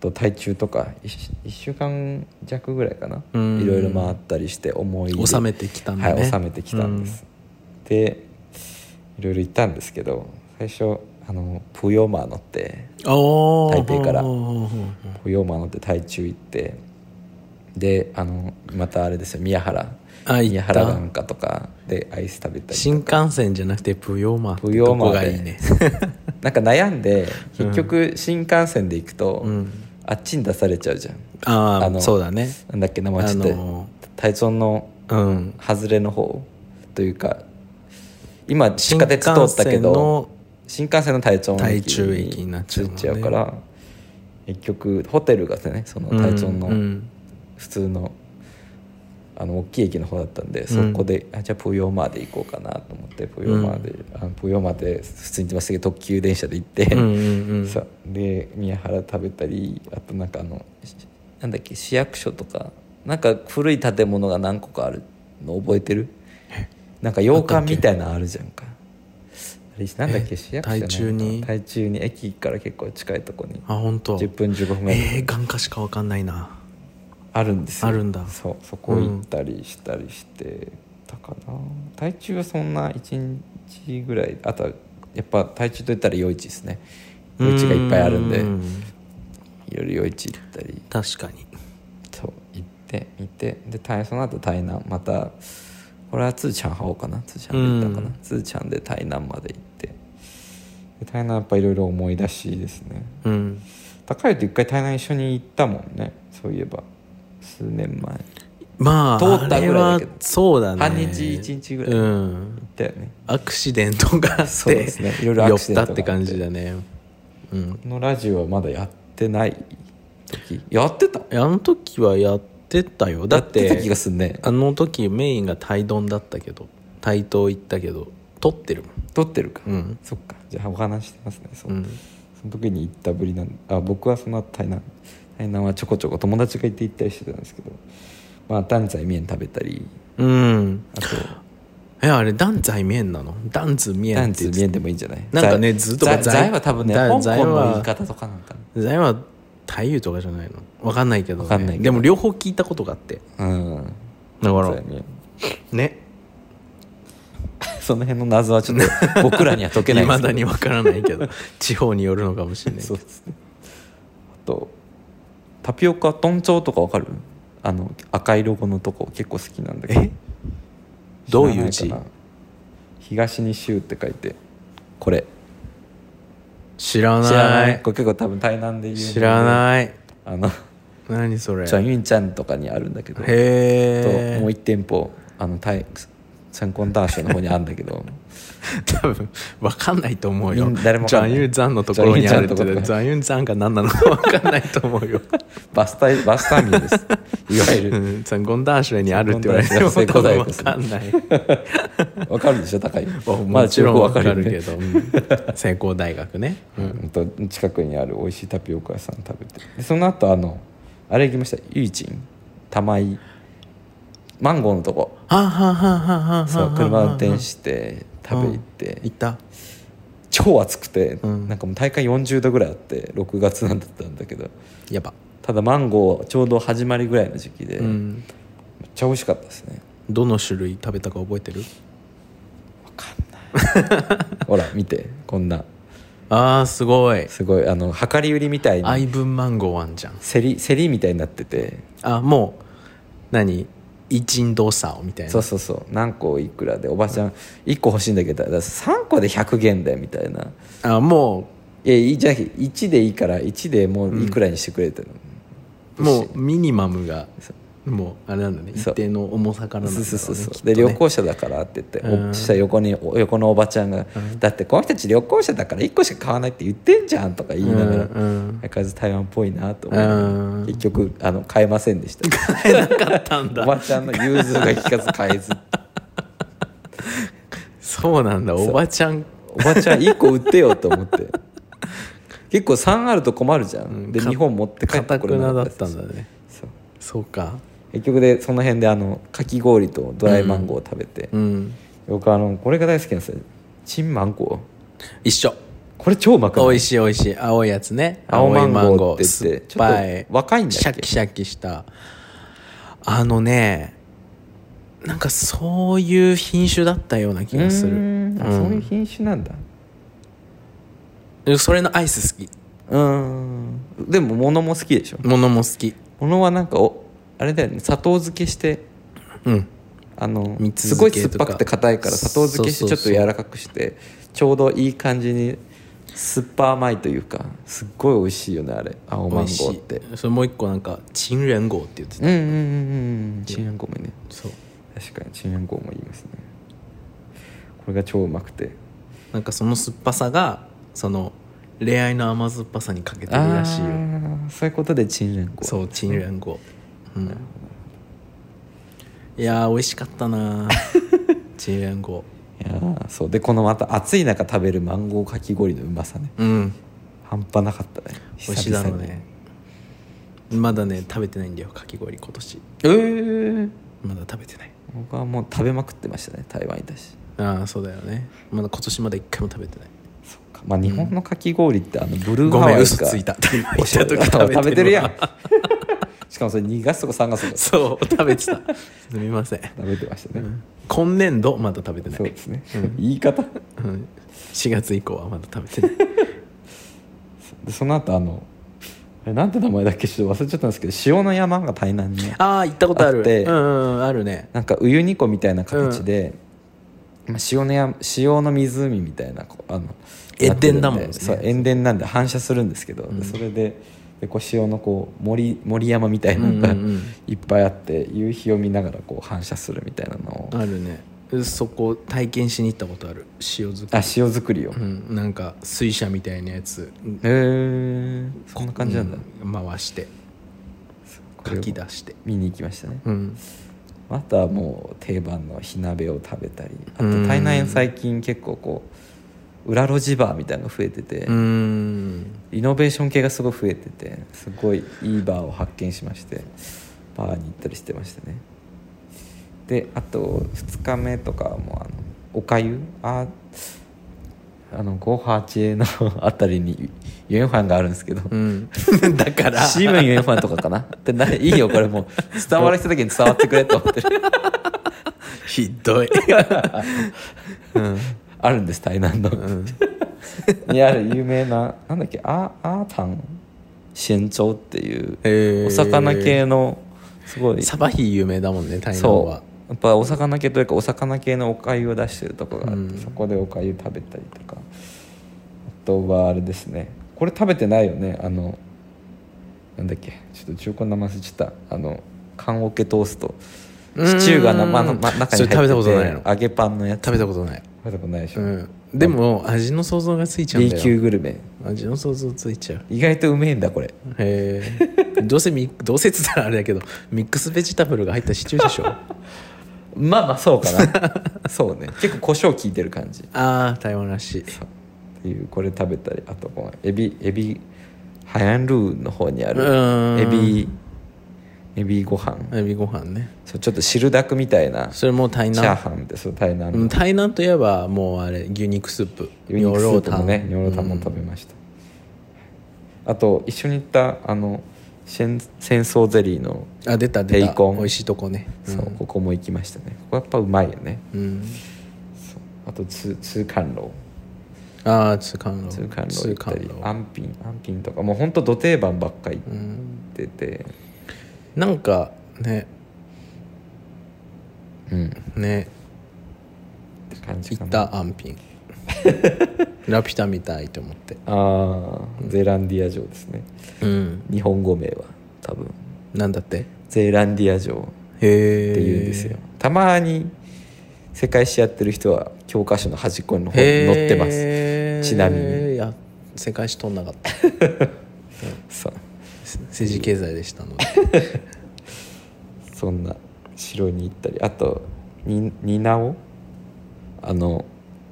Speaker 1: と台中とか 1, 週間弱ぐらいかな、
Speaker 2: うん
Speaker 1: いろいろ回ったりして思い出
Speaker 2: 収めてきたんだ
Speaker 1: は
Speaker 2: ね
Speaker 1: い、収めてきたんです、、でいろいろ行ったんですけど最初あのプヨーマー乗って
Speaker 2: うん、おー
Speaker 1: 台北から
Speaker 2: ほうほうほうほう
Speaker 1: プヨーマー乗って台中行ってであのまたあれですよ宮原
Speaker 2: あ行
Speaker 1: 宮
Speaker 2: った
Speaker 1: 原なんかとかでアイス食べたり
Speaker 2: 新幹線じゃなくてプヨーマーって
Speaker 1: プヨ
Speaker 2: と
Speaker 1: ーマ
Speaker 2: こ
Speaker 1: ー
Speaker 2: が
Speaker 1: で
Speaker 2: いいね
Speaker 1: なんか悩んで結局新幹線で行くと、
Speaker 2: うん
Speaker 1: あっちに出されちゃうじゃん
Speaker 2: あ
Speaker 1: あの
Speaker 2: あそうだね
Speaker 1: なんだっけ名前ちょっ
Speaker 2: あの
Speaker 1: と台中の
Speaker 2: うん
Speaker 1: 外れの方というか今地下鉄通ったけど新幹線の台中
Speaker 2: 台中駅になっちゃうもんね
Speaker 1: ついから結局ホテルがねその台中
Speaker 2: うんう
Speaker 1: の
Speaker 2: ん
Speaker 1: 普通の,、あの大きい駅の方だったんでそこで、あじゃあプヨーマーで行こうかなと思ってプヨーマーで、あのプヨーマーで普通に行ってましたけど特急電車で行って、
Speaker 2: うんうんうん
Speaker 1: さで宮原食べたりあとなんかあのしなんだっけ市役所とかなんか古い建物が何個かあるの覚えてるなんか洋館みたいなのあるじゃんかあれなんだっけ
Speaker 2: え
Speaker 1: 市役所じゃない
Speaker 2: 台中に
Speaker 1: 台中に駅から結構近いとこに
Speaker 2: あ本当。
Speaker 1: 10分15分ぐらい
Speaker 2: えー、眼科しかわかんないな
Speaker 1: あるんですよ
Speaker 2: あるんだ
Speaker 1: そうそこ行ったりしたりしてたかな、台中はそんな1日ぐらいあとはやっぱ台中といったら夜市ですね夜市がいっぱいあるんで
Speaker 2: うん
Speaker 1: いろいろ夜市行ったり
Speaker 2: 確かに
Speaker 1: そう行って行ってで台その後台南またこれはツーちゃん派かなツーちゃんで行ったか
Speaker 2: う
Speaker 1: なんツーちゃんで台南まで行ってで台南やっぱいろいろ思い出しですね
Speaker 2: うん
Speaker 1: 高いと一回台南一緒に行ったもんねそういえば数年前行
Speaker 2: まあ
Speaker 1: 通ったぐらいだけど
Speaker 2: あれはそうだね
Speaker 1: 半日一日ぐらい
Speaker 2: うん
Speaker 1: ったよね
Speaker 2: アクシデントがあって
Speaker 1: そうですねいろいろアクシデントがあって
Speaker 2: 酔ったって感じだねうん
Speaker 1: このラジオはまだやってない時やってた
Speaker 2: いやあの時はやってたよだって
Speaker 1: やた気がすんね
Speaker 2: あの時メインがタイドンだったけどタイ島行ったけど撮ってるもん
Speaker 1: 撮ってるか、
Speaker 2: うん
Speaker 1: そっかじゃあお話してますねそう、
Speaker 2: うん
Speaker 1: その時に行ったぶりなんあ僕はその後台南台南はちょこちょこ友達がいて行ったりしてたんですけどまあ丹在麺食べたり
Speaker 2: うん
Speaker 1: あと
Speaker 2: えあれダンツァイミエンなのダンツミエン
Speaker 1: 丹
Speaker 2: って言
Speaker 1: 在
Speaker 2: っ
Speaker 1: 麺
Speaker 2: て
Speaker 1: でもいいんじゃない
Speaker 2: なんかねずっと
Speaker 1: 在
Speaker 2: 在
Speaker 1: 在は多分ね
Speaker 2: 在
Speaker 1: 香
Speaker 2: 在
Speaker 1: 港
Speaker 2: は
Speaker 1: の言い方とかなんか
Speaker 2: たザイはタイユとかじゃないのわかんないけど,、ね、
Speaker 1: わかんないけど
Speaker 2: でも両方聞いたことがあって
Speaker 1: なうん
Speaker 2: だか
Speaker 1: 在
Speaker 2: ら
Speaker 1: 面
Speaker 2: ね
Speaker 1: その辺の謎はちょっ と僕らには解け
Speaker 2: い
Speaker 1: ない
Speaker 2: まだ
Speaker 1: けど
Speaker 2: にわからないけ ど地方によるのかもしれないけ
Speaker 1: そ
Speaker 2: ど
Speaker 1: うですねあとタピオカトンチョウとかわかるあの赤いロゴのとこ結構好きなんだけど
Speaker 2: えどういう
Speaker 1: 知
Speaker 2: 字
Speaker 1: らないかな東に州って書いてこれ
Speaker 2: 知ら
Speaker 1: 知ら
Speaker 2: な
Speaker 1: ない
Speaker 2: い
Speaker 1: これ結構多分台南で有名で
Speaker 2: 知らない
Speaker 1: あの
Speaker 2: 何それ
Speaker 1: チャン
Speaker 2: へ
Speaker 1: ユンちゃんとかにあるんだけどと
Speaker 2: え
Speaker 1: もう一店舗あのタイ香港大学の方にあるんだけど
Speaker 2: 多分わかんないと思うよ
Speaker 1: みん誰もわ
Speaker 2: ジ
Speaker 1: かんな
Speaker 2: ャ
Speaker 1: い
Speaker 2: ンユンザンのところにあるって
Speaker 1: ジャンユンザンのところ
Speaker 2: ジャンユンザンが何なのかわかんないと思うよ、
Speaker 1: バスタイバスターミナ ルですいわゆ
Speaker 2: う
Speaker 1: る
Speaker 2: ん、ザンゴンダーシュレにあるって言われても
Speaker 1: ザン
Speaker 2: 多
Speaker 1: ゴンダー
Speaker 2: 分わ
Speaker 1: シュレ
Speaker 2: かんな い
Speaker 1: わかるでしょ高い
Speaker 2: もちろんわか
Speaker 1: よ
Speaker 2: る
Speaker 1: ね
Speaker 2: けど、うん成功大学ね、うん
Speaker 1: うん、と近くにある美味しいタピオカ屋さん食べてでその後あのあれ行きましたユイチン玉井マンゴーのとこ
Speaker 2: はあ、はあはあはあはあはあ
Speaker 1: そう車運転
Speaker 2: し
Speaker 1: して食べ行って
Speaker 2: 行った
Speaker 1: 超暑くて、
Speaker 2: うん
Speaker 1: なんかもう体感40度ぐらいあって6月なんだったんだけど
Speaker 2: やば、
Speaker 1: ただマンゴーちょうど始まりぐらいの時期で、
Speaker 2: うん、
Speaker 1: めっちゃ美味しかったですね
Speaker 2: どの種類食べたか覚えてる
Speaker 1: ほら見てこんな
Speaker 2: ああすごい
Speaker 1: すごいあの量り売りみたい
Speaker 2: アイ
Speaker 1: に
Speaker 2: ブンマンゴーあんじゃん
Speaker 1: セリセリみたいになってて
Speaker 2: あもう何一ン動作をみたいな
Speaker 1: そうそうそう何個いくらでおばちゃん1個欲しいんだけどだ3個で100元だよみたいな
Speaker 2: あも
Speaker 1: いやいいじゃなくて1でいいから1でもういくらにしてくれてる、
Speaker 2: うもうミニマムが
Speaker 1: そ
Speaker 2: もうあれなんだね
Speaker 1: そう
Speaker 2: 一定の重さからなんだ
Speaker 1: そう
Speaker 2: ろうね
Speaker 1: そうそうそう、
Speaker 2: きっとね
Speaker 1: で旅行者だからって言って
Speaker 2: うん
Speaker 1: おしたら横にお横のおばちゃんが、
Speaker 2: うん
Speaker 1: だってこの人たち旅行者だから1個しか買わないって言ってんじゃん」とか言いながら、
Speaker 2: うんうん
Speaker 1: 相変わらず台湾っぽいなと思いながら
Speaker 2: うん
Speaker 1: 結局あの買えませんでした
Speaker 2: 買えなかったん
Speaker 1: お
Speaker 2: だ
Speaker 1: ばちゃんの融通が利かず買えず
Speaker 2: そうなんだおばちゃん
Speaker 1: おばちゃん1個売ってよと思 って結構3あると困るじゃん、で
Speaker 2: か
Speaker 1: 2本持って帰
Speaker 2: か
Speaker 1: って
Speaker 2: た
Speaker 1: こ
Speaker 2: く
Speaker 1: れ
Speaker 2: な
Speaker 1: な
Speaker 2: だ
Speaker 1: か
Speaker 2: っ
Speaker 1: った
Speaker 2: た
Speaker 1: し
Speaker 2: んだね
Speaker 1: そう
Speaker 2: そうか
Speaker 1: 結局でその辺であのかき氷とドライマンゴーを食べて、
Speaker 2: うん
Speaker 1: 僕あのこれが大好きなんですよチンマンゴ
Speaker 2: 一緒
Speaker 1: ーこれ超うまくない
Speaker 2: 美味しい美味しい青いやつね
Speaker 1: 青マンゴー
Speaker 2: 青い
Speaker 1: って言って
Speaker 2: 酸ぱ
Speaker 1: ちょっと若いんだっけ
Speaker 2: シャキシャキしたあのねなんかそういう品種だったような気がする
Speaker 1: うーんあそういううん品種なんだ
Speaker 2: それのアイス好き
Speaker 1: うーんでも物も好きでしょ
Speaker 2: ものも好き
Speaker 1: 物はなんかおあれだよね砂糖漬けして
Speaker 2: うん
Speaker 1: あの
Speaker 2: 蜜
Speaker 1: すごい
Speaker 2: 漬け
Speaker 1: 酸っ
Speaker 2: とか
Speaker 1: ぱくて硬いから砂糖漬けして
Speaker 2: そう
Speaker 1: ち
Speaker 2: そ
Speaker 1: ょっ
Speaker 2: うそ
Speaker 1: と
Speaker 2: う
Speaker 1: 柔らかくしてちょうどいい感じに酸っぱ甘いというかすっごい美味しいよねあれ青マンゴ
Speaker 2: 美味し
Speaker 1: ーっ
Speaker 2: い
Speaker 1: て
Speaker 2: それもう一個なんか「チンレンゴー」って言って
Speaker 1: う
Speaker 2: た
Speaker 1: んうんうんうんチンアンゴーもね
Speaker 2: そう
Speaker 1: 確かにチンアンゴーも言いますねこれが超うまくて
Speaker 2: なんかその酸っぱさがその恋愛の甘酸っぱさに欠けてるらしいよ
Speaker 1: あーそういうことでチンアンゴー
Speaker 2: そうチンレンゴー、うん、いやー美味しかったな チンレンゴ
Speaker 1: いやーそうでこのまた暑い中食べるマンゴーかき氷のうまさね
Speaker 2: ーうん
Speaker 1: 半端なかったね
Speaker 2: 美味しいだろう
Speaker 1: 久々に
Speaker 2: ねまだね食べてないんだよかき氷今年
Speaker 1: えー
Speaker 2: まだ食べてない
Speaker 1: 僕はもう食べまくってましたね台湾いたし
Speaker 2: ああそうだよねまだ今年まだ一回も食べてない
Speaker 1: そっかまあ日本のかき氷ってあのブルー
Speaker 2: ご
Speaker 1: ハ
Speaker 2: め
Speaker 1: ワ
Speaker 2: ん
Speaker 1: イ
Speaker 2: 嘘
Speaker 1: か
Speaker 2: ついた食
Speaker 1: おしゃれ
Speaker 2: べた時食べてるわ
Speaker 1: 食べてるやん しかもそれ2月とか3月とか
Speaker 2: そう食べてたすみません
Speaker 1: 食べてましたね、
Speaker 2: 今年度まだ食べてな
Speaker 1: そう
Speaker 2: い
Speaker 1: ですね、言い方
Speaker 2: うん4月以降はまだ食べてない
Speaker 1: でその後あのあれなんて名前だっけちょっと忘れちゃったんですけど塩の山が台南に
Speaker 2: ああ行ったことある
Speaker 1: あって
Speaker 2: うんうんうんあるね
Speaker 1: なんかウユニ湖みたいな形で、まあ、塩のや塩の湖みたいなこうあの
Speaker 2: 塩田
Speaker 1: なってるで
Speaker 2: だもんね
Speaker 1: そう塩田なんで反射するんですけど、で
Speaker 2: うん
Speaker 1: それででこう塩のこう森森山みたいなのが、
Speaker 2: うんうんうん
Speaker 1: いっぱいあって夕日を見ながらこう反射するみたいなのを
Speaker 2: あるねそこ体験しに行ったことある塩漬
Speaker 1: あ
Speaker 2: け
Speaker 1: 塩作りを、
Speaker 2: う
Speaker 1: へ
Speaker 2: んなんか水車みたいなやつ
Speaker 1: えそんな感じなんだ、
Speaker 2: うん回して
Speaker 1: こ
Speaker 2: か
Speaker 1: れを
Speaker 2: き出して
Speaker 1: 見に行きましたね
Speaker 2: うん
Speaker 1: またもう定番の火鍋を食べたりあと
Speaker 2: うん
Speaker 1: 台南最近結構こう裏路地バーみたいなのが増えてて、
Speaker 2: うーん
Speaker 1: リノベーション系がすごい増えててすごいいいバーを発見しましてバーに行ったりしてましたねであと2日目とかはもうあのおかゆああのゴハチエの あたりにユエンファンがあるんですけど、
Speaker 2: うん だから
Speaker 1: シームンユエンファンとかかなってないいよこれもう伝わる人だけに伝わってくれと思ってる
Speaker 2: ひどいうん
Speaker 1: あるんです台南の、
Speaker 2: うん
Speaker 1: にある有名ななんだっけアアータン新潮っていう
Speaker 2: へー
Speaker 1: お魚系のすごい
Speaker 2: サバヒ有名だもんね台湾
Speaker 1: そ
Speaker 2: は
Speaker 1: うやっぱお魚系というかお魚系のおかゆを出してるとこがあって、
Speaker 2: うん
Speaker 1: そこでおかゆ食べたりとかあとはあれですねこれ食べてないよねあのなんだっけちょっと中古の名前忘れちゃったあの缶オケトースト
Speaker 2: うーん
Speaker 1: シチューがな、まのま、中に入ってて
Speaker 2: それ食べたことないの
Speaker 1: 揚げパンのやつ
Speaker 2: 食べたことない
Speaker 1: 食べたことないでしょ、
Speaker 2: うんでも味の想像がついちゃうん
Speaker 1: B
Speaker 2: だ
Speaker 1: 級
Speaker 2: よ
Speaker 1: グルメ
Speaker 2: 味の想像ついちゃう
Speaker 1: 意外とうめえんだこれ
Speaker 2: へえどうせミどうせっつったらあれだけどミックスベジタブルが入ったシチューでしょ あ
Speaker 1: まあまあそうか なそうね結構胡椒効いてる感じ
Speaker 2: あ台湾らしい
Speaker 1: そうっていうこれ食べたりあとこのエビエビハヤンルーの方にある
Speaker 2: うーん
Speaker 1: エビエビご飯
Speaker 2: エビご飯ね
Speaker 1: そうちょっと汁だくみたいなチ
Speaker 2: それもう
Speaker 1: ャ
Speaker 2: 台
Speaker 1: ー
Speaker 2: 南
Speaker 1: ハンってそう台南
Speaker 2: うん
Speaker 1: の
Speaker 2: 台南といえばもうあれ牛肉スープ
Speaker 1: ユニークスープもねニ
Speaker 2: ニ
Speaker 1: ョ
Speaker 2: ョ
Speaker 1: ロ
Speaker 2: ロ
Speaker 1: タ
Speaker 2: タン
Speaker 1: ンも食べました、あと一緒に行ったあの戦戦争ゼリーの、
Speaker 2: うんあ出た出
Speaker 1: ベ
Speaker 2: た
Speaker 1: ーコン
Speaker 2: 美味しいとこね
Speaker 1: そうここも行きましたねここやっぱうまいよね
Speaker 2: うん、うん
Speaker 1: そうあと通通貫路
Speaker 2: ああ通関路
Speaker 1: 通貫路行ったり
Speaker 2: 通貫路
Speaker 1: 安品安品とかもうほんとど定番ばっかり行
Speaker 2: うん
Speaker 1: ってて、
Speaker 2: なんかね
Speaker 1: うん
Speaker 2: ね
Speaker 1: 感じ
Speaker 2: 行
Speaker 1: か
Speaker 2: っ
Speaker 1: な
Speaker 2: た安 品ラピュタみたいと思って
Speaker 1: あーゼランディア城ですね
Speaker 2: うん
Speaker 1: 日本語名は多分
Speaker 2: なんだって
Speaker 1: ゼランディア城っ
Speaker 2: へえ
Speaker 1: て言うんですよ、たまに世界史やってる人は教科書の端っこの方に
Speaker 2: へ
Speaker 1: 載ってます
Speaker 2: え
Speaker 1: ちなみに
Speaker 2: いや世界史取んなかった
Speaker 1: そう
Speaker 2: 政治経済でしたので
Speaker 1: そんな城に行ったりあとにニナオあの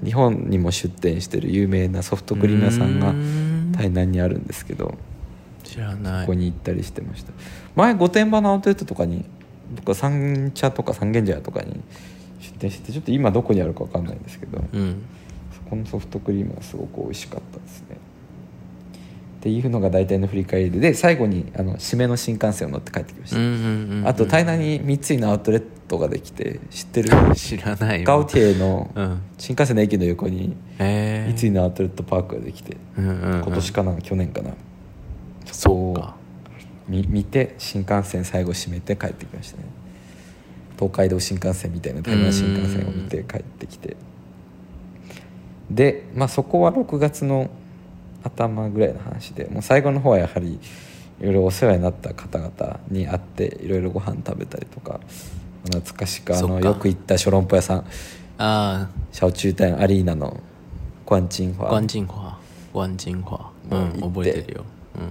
Speaker 1: 日本にも出店してる有名なソフトクリーム屋さん
Speaker 2: う
Speaker 1: が
Speaker 2: ーん
Speaker 1: 台南にあるんですけど
Speaker 2: 知らない
Speaker 1: ここに行ったりしてました前御殿場のアウトレットとかに僕は三茶とか三軒茶屋とかに出店しててちょっと今どこにあるか分かんないんですけど
Speaker 2: うん
Speaker 1: そこのソフトクリームがすごく美味しかったですねっていうのが大体の振り返りでで最後にあの締めの新幹線を乗って帰ってきまし
Speaker 2: う
Speaker 1: た、
Speaker 2: んうんうんうん
Speaker 1: あと台南に三井のアウトレットができて知ってる
Speaker 2: 知らない
Speaker 1: ガウティエの
Speaker 2: うん
Speaker 1: 新幹線の駅の横に
Speaker 2: へえ
Speaker 1: 三井のアウトレットパークができて
Speaker 2: うんうんうん
Speaker 1: 今年かな、去年かな
Speaker 2: そうか
Speaker 1: み見て新幹線最後閉めて帰ってきましたね東海道新幹線みたいな台湾新幹線を見て帰ってきてで、まあ、そこは6月の頭ぐらいの話でもう最後の方はやはりいろいろお世話になった方々に会っていろいろご飯食べたりとか懐かしくあ
Speaker 2: そ
Speaker 1: の
Speaker 2: っか
Speaker 1: よく行った小籠包屋さん
Speaker 2: あ
Speaker 1: シャオチュータンアリーナのクアンチンフ
Speaker 2: あ
Speaker 1: ァ
Speaker 2: ワンジンホアワンジンホアう
Speaker 1: 行
Speaker 2: ん
Speaker 1: って
Speaker 2: 覚えてるようん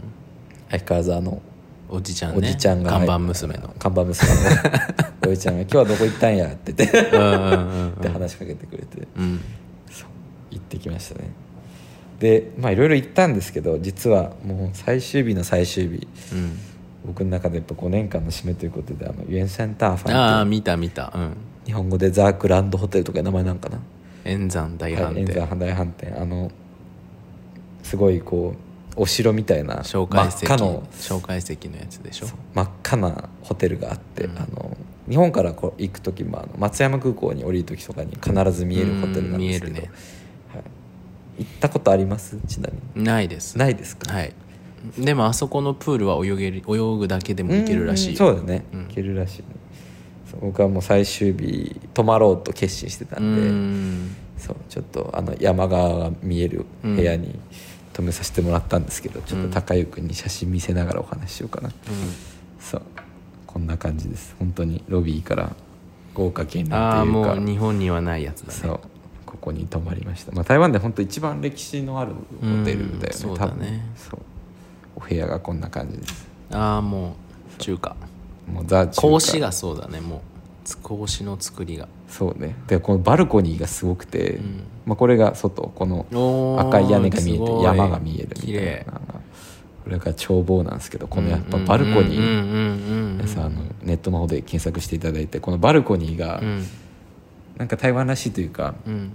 Speaker 1: 相変わらずあの
Speaker 2: おじちゃんね
Speaker 1: おじちゃんが
Speaker 2: 看板娘の
Speaker 1: 看板娘のおじちゃんが「今日はどこ行ったんや」って言って
Speaker 2: うんうんうん
Speaker 1: って話しかけてくれて、
Speaker 2: うん
Speaker 1: そう行ってきましたねでまあいろいろ行ったんですけど実はもう最終日の最終日
Speaker 2: うん
Speaker 1: 僕の中でやっぱ5年間の締めということであのユエンセンターフ
Speaker 2: あ
Speaker 1: ァン
Speaker 2: あ
Speaker 1: っていう
Speaker 2: 見た見たうん
Speaker 1: 日本語でザークランドホテルとかいう名前なんかな
Speaker 2: 円山大
Speaker 1: は
Speaker 2: 飯
Speaker 1: い円
Speaker 2: 店
Speaker 1: 山大飯店あのすごいこうお城みたいな真
Speaker 2: 紹介
Speaker 1: っ
Speaker 2: 席
Speaker 1: 赤の
Speaker 2: 紹介席のやつでしょ
Speaker 1: 真っ赤なホテルがあって、
Speaker 2: うん
Speaker 1: あの日本からこう行く時もあの松山空港に降りる時とかに必ず見えるホテルなんですけど、
Speaker 2: うん見えるね
Speaker 1: はい、行ったことありますちなみに
Speaker 2: ないです
Speaker 1: ないですか、
Speaker 2: はいでもあそこのプールは泳げる泳ぐだけでもいけるらしい
Speaker 1: うんそうだね、
Speaker 2: うん
Speaker 1: 行けるらしいねそう僕はもう最終日泊まろうと決心してた
Speaker 2: うん
Speaker 1: で、
Speaker 2: ん
Speaker 1: そうちょっとあの山側が見える部屋に泊めさせてもらったんですけど、ちょっと高湯君に写真見せながらお話ししようかな、そうこんな感じです本当にロビーから豪華絢
Speaker 2: あ
Speaker 1: 爛
Speaker 2: あ
Speaker 1: という
Speaker 2: も
Speaker 1: か
Speaker 2: う日本にはないやつだね
Speaker 1: そうここに泊まりました、まあ、台湾で本当一番歴史のあるホテルだよね、
Speaker 2: うんそう
Speaker 1: 多
Speaker 2: だね
Speaker 1: 分そうお部屋がこんな感じです
Speaker 2: ああもう中華
Speaker 1: もうザ中華
Speaker 2: 格子がそうだねもうつ格子の作りが
Speaker 1: そうねでこのバルコニーがすごくて、
Speaker 2: ん
Speaker 1: まあ、これが外この
Speaker 2: おー
Speaker 1: 赤い屋根が見え
Speaker 2: す
Speaker 1: て
Speaker 2: ごい
Speaker 1: 山が見えるみ
Speaker 2: 綺
Speaker 1: たい
Speaker 2: 麗
Speaker 1: なのがこれが眺望なんですけどこのやっぱバルコニー皆さんあのネットの方で検索していただいてこのバルコニーが
Speaker 2: うん
Speaker 1: なんか台湾らしいというか
Speaker 2: うん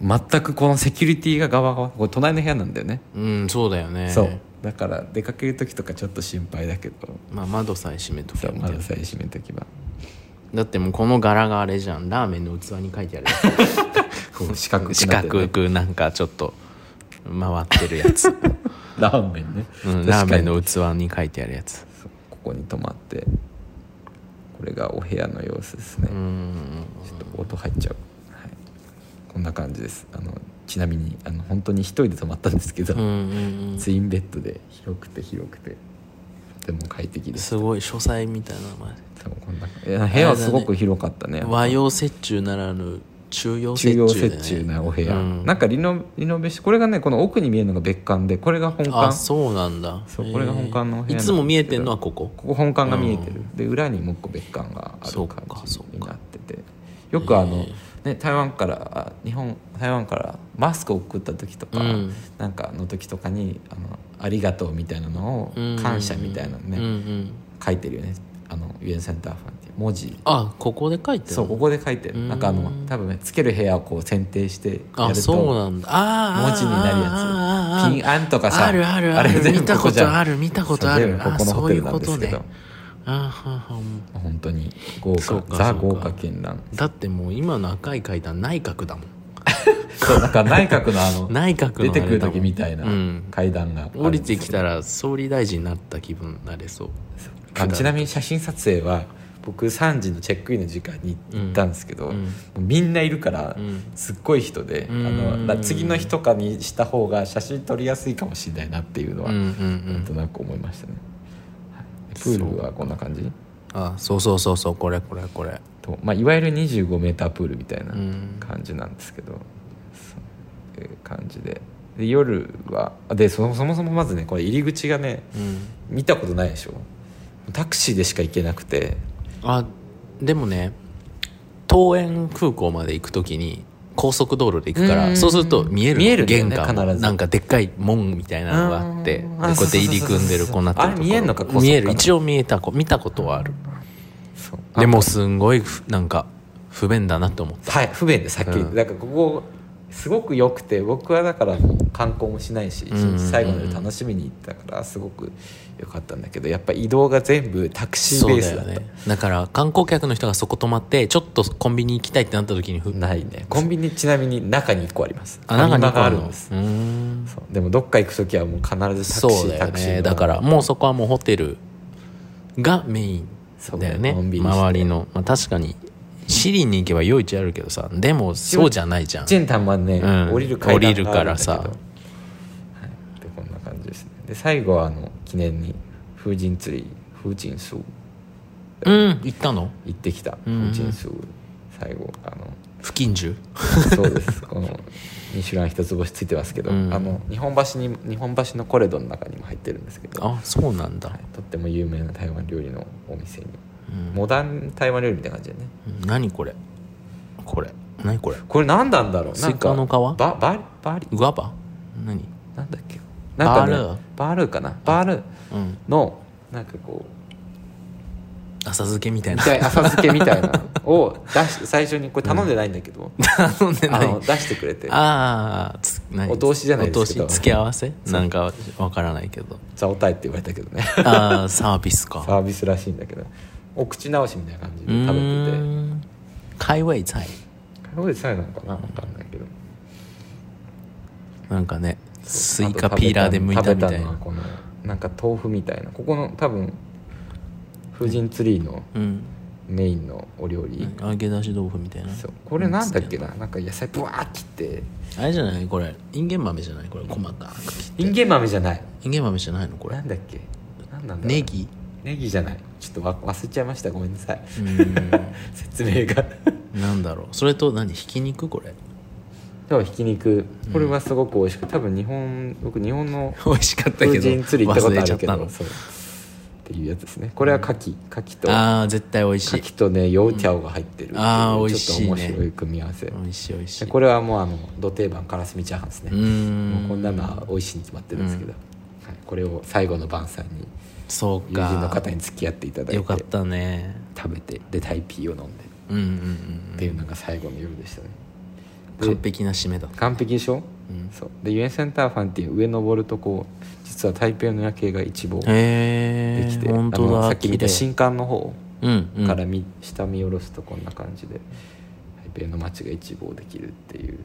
Speaker 1: 全くこのセキュリティが側がこれ隣の部屋なんだよね、
Speaker 2: うんそうだよね
Speaker 1: そうだから出かける時とかちょっと心配だけど
Speaker 2: まあ窓さえ閉めとけ
Speaker 1: そう
Speaker 2: み
Speaker 1: ま
Speaker 2: たい
Speaker 1: だ
Speaker 2: な
Speaker 1: 最初の時は
Speaker 2: だってもうこの柄があれじゃんラーメンの器に書いてあるやつ
Speaker 1: こう 四角くなってる
Speaker 2: 四
Speaker 1: ね
Speaker 2: 角くなんかちょっと回ってるや つ、
Speaker 1: ラーメンね、
Speaker 2: うん、ラーメン
Speaker 1: 確かに
Speaker 2: の器に書いてあるやつ
Speaker 1: そうここに泊まってこれがお部屋の様子ですね、
Speaker 2: うん
Speaker 1: ちょっと音入っちゃう、はい、こんな感じですあのちなみにあの本当に一人で泊まったんですけど、
Speaker 2: うんうん
Speaker 1: ツインベッドで広くて広くてとても快適
Speaker 2: うん
Speaker 1: です
Speaker 2: すごい書斎みたいな名前
Speaker 1: 多分こんないや部屋はすごく広かったね
Speaker 2: 和洋折衷ならぬ中洋折衷
Speaker 1: 中
Speaker 2: だ
Speaker 1: 央
Speaker 2: よね
Speaker 1: 折衷なお部屋、
Speaker 2: うん
Speaker 1: なんかリノリノベーションこれがねこの奥に見えるのが別館でこれが本
Speaker 2: あ
Speaker 1: 館
Speaker 2: そうなんだ
Speaker 1: そうこれが本館のお部屋なんですけ
Speaker 2: い
Speaker 1: ど
Speaker 2: つも見えてんのはここ
Speaker 1: ここ本館が見えてる、で裏にもう一個別館があ
Speaker 2: そ
Speaker 1: る
Speaker 2: うか
Speaker 1: 感
Speaker 2: そ
Speaker 1: じ
Speaker 2: うか
Speaker 1: になっててよくあの、ね、台湾からあ日本台湾からマスクを送った時とか、
Speaker 2: うん
Speaker 1: なんかの時とかに「あのありがとう」みたいなのを
Speaker 2: うん
Speaker 1: 「感謝」みたいなのね、
Speaker 2: うんうん
Speaker 1: 書いてるよねあのユエンセンターファンって文字
Speaker 2: あここで書いてる
Speaker 1: そうここで書いてるなんかあの多分ねつける部屋をこう選定してやると
Speaker 2: あそうなんだあーあー
Speaker 1: 文字になるやつ
Speaker 2: あーあーあー
Speaker 1: ピンアンとかさ
Speaker 2: あるあるあ
Speaker 1: あれ
Speaker 2: る
Speaker 1: 全部
Speaker 2: 見た
Speaker 1: こ
Speaker 2: こ
Speaker 1: こじゃ
Speaker 2: と
Speaker 1: ん
Speaker 2: ある見たことある
Speaker 1: そう全部ここの
Speaker 2: あ
Speaker 1: ホ
Speaker 2: そう
Speaker 1: テ
Speaker 2: い
Speaker 1: ル
Speaker 2: う
Speaker 1: なん
Speaker 2: こ
Speaker 1: です
Speaker 2: と
Speaker 1: けど
Speaker 2: ねあーはーはーも
Speaker 1: 本当に豪
Speaker 2: そう
Speaker 1: 華
Speaker 2: か
Speaker 1: ザ
Speaker 2: そうか
Speaker 1: 豪華絢爛
Speaker 2: うだってもう今の赤い階段内閣だもん
Speaker 1: そうなんか内閣のあの
Speaker 2: 内閣
Speaker 1: 出
Speaker 2: のあれだもん
Speaker 1: てくる時みたいな
Speaker 2: うん
Speaker 1: 階段があるんですよ
Speaker 2: 降りてきたら総理大臣になった気分になれそう
Speaker 1: あちなみに写真撮影は僕3時のチェックインの時間に行ったんですけど、
Speaker 2: うん
Speaker 1: もうみんないるから
Speaker 2: うん
Speaker 1: すっごい人で、
Speaker 2: うん
Speaker 1: あのら次の日とかにした方が写真撮りやすいかもしれないなっていうの
Speaker 2: うんう
Speaker 1: は、
Speaker 2: ん
Speaker 1: なん
Speaker 2: う
Speaker 1: と
Speaker 2: ん
Speaker 1: なく思いましたね、はいプールはこんな感じ
Speaker 2: あそうそうそうそうこれこれこれ
Speaker 1: と、まあ、いわゆる 25m プールみたいな
Speaker 2: うん
Speaker 1: 感じなんですけど、そういう感じでで夜はでそそもそもまずねこれ入り口がね
Speaker 2: うん
Speaker 1: 見たことないでしょタクシーでしか行けなくて
Speaker 2: あでもね桃園空港まで行くときに高速道路で行くか
Speaker 1: う
Speaker 2: ら
Speaker 1: ん
Speaker 2: そうすると見える
Speaker 1: 見えるんだよ
Speaker 2: 玄
Speaker 1: ね
Speaker 2: 関も
Speaker 1: 必ず
Speaker 2: なんかでっかい門みたいなのがあってでこ
Speaker 1: うん
Speaker 2: うやって入り組んでる
Speaker 1: あそうそうそうそう
Speaker 2: こうなってると
Speaker 1: あ
Speaker 2: ころ
Speaker 1: れ見えんのか高速
Speaker 2: 見え
Speaker 1: か
Speaker 2: る
Speaker 1: ら
Speaker 2: 一応見えたこ見たことはある
Speaker 1: そう
Speaker 2: でもすんごいふなんか不便だなって思った
Speaker 1: はい、不便でさっきり言って、
Speaker 2: うん
Speaker 1: だからここすごく良くて僕はだからもう観光もしないし一
Speaker 2: んうんうん
Speaker 1: 日最後まで楽しみに行ったからすごく良かったんだけどやっぱ移動が全部タクシーベ
Speaker 2: そう
Speaker 1: ー
Speaker 2: だ
Speaker 1: スだった
Speaker 2: よねだから観光客の人がそこ泊まってちょっとコンビニ行きたいってなった時にふ
Speaker 1: ないねコンビニちなみに中に1個あります
Speaker 2: あなんか
Speaker 1: ファミマ
Speaker 2: 2個
Speaker 1: があ
Speaker 2: る
Speaker 1: る
Speaker 2: の
Speaker 1: んです、
Speaker 2: うーん
Speaker 1: そうでもどっか行く時はもう必ずタクシー
Speaker 2: そうだよ
Speaker 1: タクシー
Speaker 2: ね
Speaker 1: の
Speaker 2: だからもうそこはもうホテルがメインだよね
Speaker 1: そうのんびりして
Speaker 2: 周りの、まあ、確かにシリンに行けば夜市あるけどさでもそうじゃないじゃん
Speaker 1: チェンタンはね、
Speaker 2: うん
Speaker 1: 降りる階段があるんだけど
Speaker 2: 降りるからさ
Speaker 1: はい、でこんな感じですねで最後はあの記念に風神釣り風神数
Speaker 2: うん行ったの
Speaker 1: 行ってきた
Speaker 2: うんうん
Speaker 1: 風神数最後あの
Speaker 2: 不近 所
Speaker 1: そうですこの「ミシュラン」一つ星ついてますけど、
Speaker 2: うん
Speaker 1: あの日本橋に日本橋のコレドの中にも入ってるんですけど、は
Speaker 2: あそうなんだ、
Speaker 1: い、とっても有名な台湾料理のお店に、
Speaker 2: うん
Speaker 1: モダン台湾料理みたいな感じでね
Speaker 2: うん何これこれ何これ
Speaker 1: これ何なんだろうなんか
Speaker 2: スイカの皮
Speaker 1: バババリ
Speaker 2: 上場何
Speaker 1: なんだっけなんか、ね、
Speaker 2: バールー
Speaker 1: バールーかなバールー
Speaker 2: うん
Speaker 1: のなんかこう
Speaker 2: 浅漬けみたい
Speaker 1: み
Speaker 2: な
Speaker 1: たい浅漬けみたいなの を出し最初にこれ頼んでないんだけど、
Speaker 2: 頼ん で
Speaker 1: あ
Speaker 2: ない
Speaker 1: の出してくれて
Speaker 2: ああつ何
Speaker 1: お通しじゃないですけど
Speaker 2: お通し付け合わせなんかわからないけど
Speaker 1: ザオタイって言われたけどね
Speaker 2: ああサービスか
Speaker 1: サービスらしいんだけどお口直しみたいな感じで食べて
Speaker 2: う
Speaker 1: て。
Speaker 2: ーん開胃菜
Speaker 1: カロリーさえなのかな分かんないけど
Speaker 2: なんかねスイカピーラーで剥いたみたい
Speaker 1: あと食べ
Speaker 2: な
Speaker 1: のはこのなんか豆腐みたいなここの多分風神ツリーの
Speaker 2: うん
Speaker 1: メインのお料理、
Speaker 2: 揚げ出し豆腐みたいな
Speaker 1: そうこれなんだっけななんか野菜ブワー切って
Speaker 2: あれじゃないこれインゲン豆じゃないこれ細かく切
Speaker 1: インゲン豆じゃない
Speaker 2: インゲン豆じゃないの
Speaker 1: こ
Speaker 2: こ
Speaker 1: れ
Speaker 2: れ
Speaker 1: なんだっけなんなんだろう
Speaker 2: ネギ
Speaker 1: ネギじゃないちょっとわ忘れちゃいましたごめんなさい
Speaker 2: うん
Speaker 1: 説明 が
Speaker 2: なんだろうそれと何ひき肉これ
Speaker 1: 今日ひき肉これはすごく美味しく多分日本僕日本の
Speaker 2: 美味しかったけど
Speaker 1: 風神釣り行ったことあるけど
Speaker 2: 忘れちゃっ
Speaker 1: そうっていうやつですねこれは牡蠣牡蠣と
Speaker 2: たのああ絶対美味しい
Speaker 1: 牡蠣とねヨーチャオが入ってるってい
Speaker 2: うんあー
Speaker 1: う
Speaker 2: 美味
Speaker 1: ちょっ
Speaker 2: し
Speaker 1: と
Speaker 2: いね
Speaker 1: 面白い組み合わせ
Speaker 2: 美味しい美味しい
Speaker 1: これはもうあの土定番からすみチャーハンですね
Speaker 2: うー
Speaker 1: もうこんなのは美味しいに決まってるんですけど、はい、これを最後の晩餐に
Speaker 2: そう
Speaker 1: 友人の
Speaker 2: か
Speaker 1: 方に付き合っていただい
Speaker 2: よかってたね
Speaker 1: 食べてでタイピーを飲んで
Speaker 2: うんうん
Speaker 1: っていうのが最後の夜でしたね、
Speaker 2: うん完璧な締めだった
Speaker 1: 完璧でしょ、
Speaker 2: うん
Speaker 1: そうでユエンセンターファンっていう上登るとこう実は台北の夜景が一望で
Speaker 2: へ
Speaker 1: きて、
Speaker 2: え本当
Speaker 1: あの
Speaker 2: だ
Speaker 1: さっき見た
Speaker 2: 綺麗
Speaker 1: 新館の方
Speaker 2: うんうん
Speaker 1: から見、下見下ろすとこんな感じで台北の街が一望できるっていう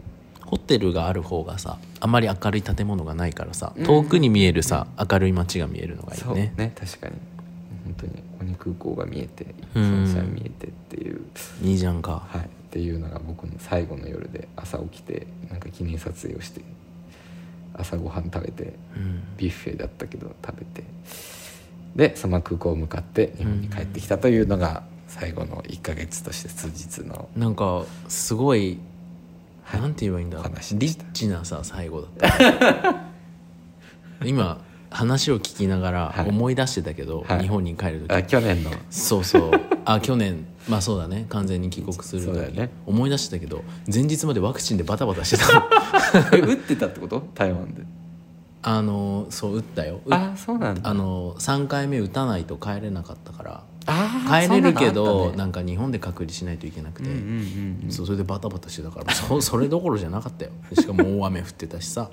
Speaker 2: ホテルがある方がさあまり明るい建物がないからさ
Speaker 1: うん
Speaker 2: 遠くに見えるさ、明るい街が見えるのがい
Speaker 1: そう
Speaker 2: いね
Speaker 1: ね確かに本当にここに空港が見えて
Speaker 2: うん
Speaker 1: 山車見えてっていう、
Speaker 2: いいじゃんか
Speaker 1: はいっていうのが僕の最後の夜で朝起きてなんか記念撮影をして朝ごはん食べて
Speaker 2: うん
Speaker 1: ビュッフェだったけど食べてでそのまま空港を向かって日本に帰ってきたというのが最後の1ヶ月として数日の
Speaker 2: なんかすごい、なんて言えばいいんだろ
Speaker 1: お
Speaker 2: う
Speaker 1: 話で
Speaker 2: リ
Speaker 1: した
Speaker 2: ッチなさ最後だった 今話を聞きなが
Speaker 1: は
Speaker 2: ら
Speaker 1: い
Speaker 2: 思い出してたけど、
Speaker 1: はい
Speaker 2: 日本に帰る時、
Speaker 1: あ去年の
Speaker 2: そうそうあ去年まあそうだね完全に帰国する
Speaker 1: そうだよ
Speaker 2: 時、
Speaker 1: ね
Speaker 2: 思い出してたけど前日までワクチンでバタバタしてた
Speaker 1: え打ってたってこと台湾で
Speaker 2: あのそう打ったよ打っ
Speaker 1: あそうなんだ
Speaker 2: あの3回目打たないと帰れなかったから
Speaker 1: あー
Speaker 2: 帰れるけど
Speaker 1: そん
Speaker 2: な,、
Speaker 1: なのあったね
Speaker 2: んか日本で隔離しないといけなくて、
Speaker 1: うんうん
Speaker 2: そうそれでバタバタしてたから そそれどころじゃなかったよしかも大雨降ってたしさ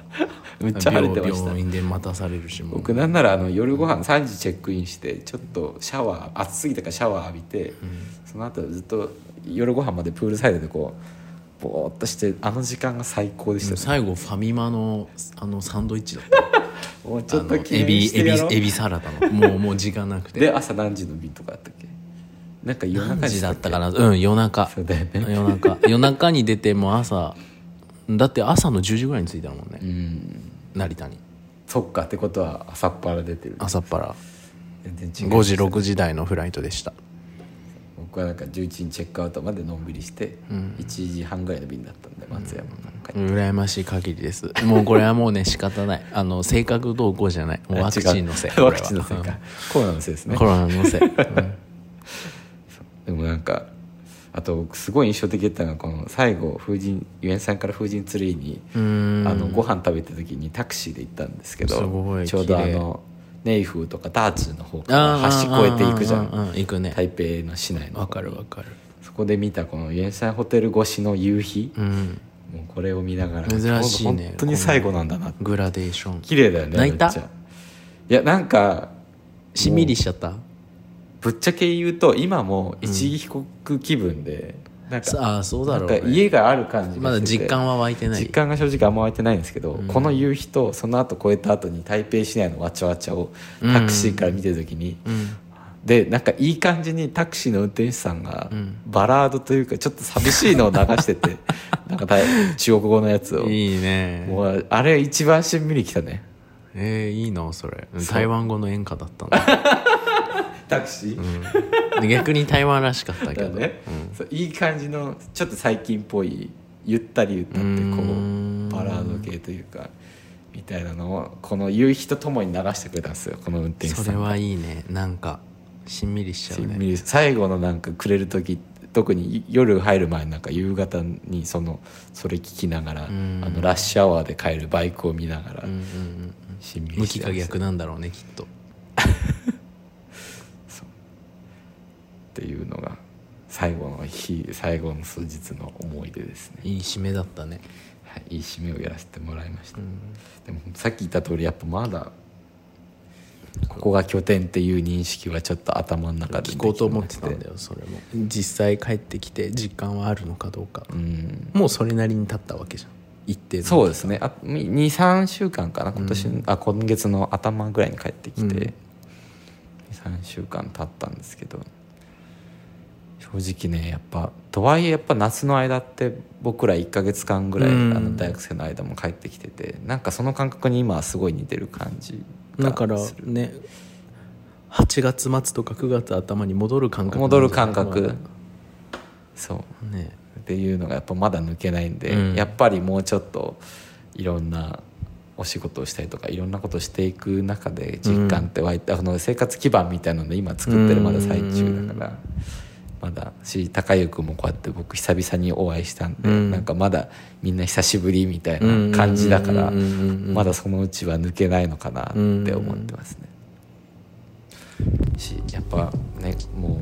Speaker 1: うん めっちゃ晴れてま
Speaker 2: 病
Speaker 1: した
Speaker 2: 病院で待たされるしもう
Speaker 1: 僕なんならあの夜ご飯3時チェックインしてちょっとシャワー暑すぎたからシャワー浴びて、その後ずっと夜ご飯までプールサイドでこうぼーっとしてあの時間が最高でしたね、
Speaker 2: 最後ファミマのあのサンドイッチだった
Speaker 1: も うちょ
Speaker 2: あ
Speaker 1: っ
Speaker 2: の
Speaker 1: と
Speaker 2: エ
Speaker 1: 記念
Speaker 2: ビ
Speaker 1: して
Speaker 2: エ
Speaker 1: やろう
Speaker 2: ビエビサラダのもうもう時間なくて
Speaker 1: で朝何時の便とかあったっけなんか夜中
Speaker 2: 何時だったか
Speaker 1: な
Speaker 2: なうん夜中
Speaker 1: そうだよね
Speaker 2: 夜 中夜中に出てもう朝だって朝の10時ぐらいに着いたもんね、
Speaker 1: うん
Speaker 2: 成田に
Speaker 1: そっかってことは朝っぱら出てる
Speaker 2: 朝っぱら
Speaker 1: 全然違う
Speaker 2: 5時6時台のフライトでした
Speaker 1: 僕はなんか11時にチェックアウトまでのんびりして1時半ぐらいの便だったんで松山なんかに
Speaker 2: 羨ましい限りですもうこれはもうね仕 方ないあの性格どうこうじゃないもうワクチンのせい
Speaker 1: あ
Speaker 2: こ
Speaker 1: 違う
Speaker 2: れは
Speaker 1: ワクチンのせいかコロナのせいです
Speaker 2: うん
Speaker 1: ね
Speaker 2: コロナの せい、うん
Speaker 1: でもなんかあと僕すごい印象的だったのがこの最後風神ゆえんさんから風神ツリーに
Speaker 2: うーん
Speaker 1: あのご飯食べた時にタクシーで行ったんですけ
Speaker 2: すご
Speaker 1: ど
Speaker 2: い
Speaker 1: ちょうどあ
Speaker 2: 綺麗
Speaker 1: のネイフーとかダーチューの方から
Speaker 2: あー
Speaker 1: 橋越えていくじゃ
Speaker 2: うんうんうん
Speaker 1: ん
Speaker 2: 行くね
Speaker 1: 台北の市内の
Speaker 2: わかるわかる
Speaker 1: そこで見たこのユエンサンホテル越しの夕日
Speaker 2: うん
Speaker 1: もうこれを見ながら
Speaker 2: 珍しいね
Speaker 1: 本当に最後なんだなって
Speaker 2: グラデーション
Speaker 1: 綺麗だよね
Speaker 2: 泣いた
Speaker 1: めっちゃいやなんか
Speaker 2: しみりしちゃった
Speaker 1: ぶっちゃけ言うと今も一時帰国気分で、なんか
Speaker 2: ああそうだ
Speaker 1: な
Speaker 2: ろ
Speaker 1: ん
Speaker 2: う、
Speaker 1: か
Speaker 2: ね、
Speaker 1: 家がある感じが
Speaker 2: まだ
Speaker 1: してて
Speaker 2: 実感は湧いてない
Speaker 1: 実感が正直あんま湧いてないんですけど、
Speaker 2: うん
Speaker 1: この夕日とその後超えた後に台北市内のわちゃわちゃをタクシーから見てる時に、
Speaker 2: うん
Speaker 1: でなんかいい感じにタクシーの運転手さんが
Speaker 2: うん
Speaker 1: バラードというかちょっと寂しいのを流して てなんか大中国語のやつを
Speaker 2: いいね
Speaker 1: もうあれ一番しんみりきたね
Speaker 2: えー、いいなそれ
Speaker 1: そう
Speaker 2: 台湾語の演歌だったんだ、
Speaker 1: タクシー、
Speaker 2: うん逆に台湾らしかったけ
Speaker 1: だ
Speaker 2: ど、
Speaker 1: ね
Speaker 2: うん
Speaker 1: そういい感じのちょっと最近っぽいゆったり歌ってこ
Speaker 2: うーん
Speaker 1: うバラード系というかみたいなのをこの夕日とともに流してくれたんですよこの運転手さん
Speaker 2: それはいいねなんかしんみりしちゃうね
Speaker 1: 最後のなんかくれる時特に夜入る前なんか夕方にそのそれ聞きながらあ
Speaker 2: ん
Speaker 1: のラッシュアワーで帰るバイクを見ながら
Speaker 2: うんうんうん
Speaker 1: しんみ
Speaker 2: 向
Speaker 1: りし
Speaker 2: き
Speaker 1: て
Speaker 2: が
Speaker 1: ました
Speaker 2: 逆なんだろうねきっと
Speaker 1: っていうのが最後の日最後の数日の思い出ですね、
Speaker 2: いい締めだったね
Speaker 1: はい、いい締めをやらせてもらいました、でもさっき言った通りやっぱまだここが拠点っていう認識はちょっと頭の中でで
Speaker 2: 聞
Speaker 1: き
Speaker 2: こうと思ってたんだ
Speaker 1: よ
Speaker 2: よそれも実際帰ってきて実感はあるのかどうか
Speaker 1: うん
Speaker 2: もうそれなりに立ったわけじゃん一定の
Speaker 1: そうですねあ23週間かな今年、あ今月の頭ぐらいに帰ってきて、
Speaker 2: うん
Speaker 1: 23週間経ったんですけど正直ねやっぱとはいえやっぱ夏の間って僕ら1ヶ月間ぐらい、
Speaker 2: うん
Speaker 1: あの大学生の間も帰ってきててなんかその感覚に今はすごい似てる感じが
Speaker 2: だから
Speaker 1: する
Speaker 2: ね8月末とか9月頭に戻る感覚
Speaker 1: 戻る感覚、
Speaker 2: ま
Speaker 1: そう
Speaker 2: あね
Speaker 1: っていうのがやっぱまだ抜けないんで、
Speaker 2: うん
Speaker 1: やっぱりもうちょっといろんなお仕事をしたりとかいろんなことをしていく中で実感って湧いた、あの生活基盤みたいなので今作ってるまだ最中だから、まだし高優君もこうやって僕久々にお会いしたんで、
Speaker 2: うん
Speaker 1: なんかまだみんな久しぶりみたいな感じだから、
Speaker 2: うんうんうんうんうん
Speaker 1: まだそのうちは抜けないのかなって思ってますね。しやっぱねも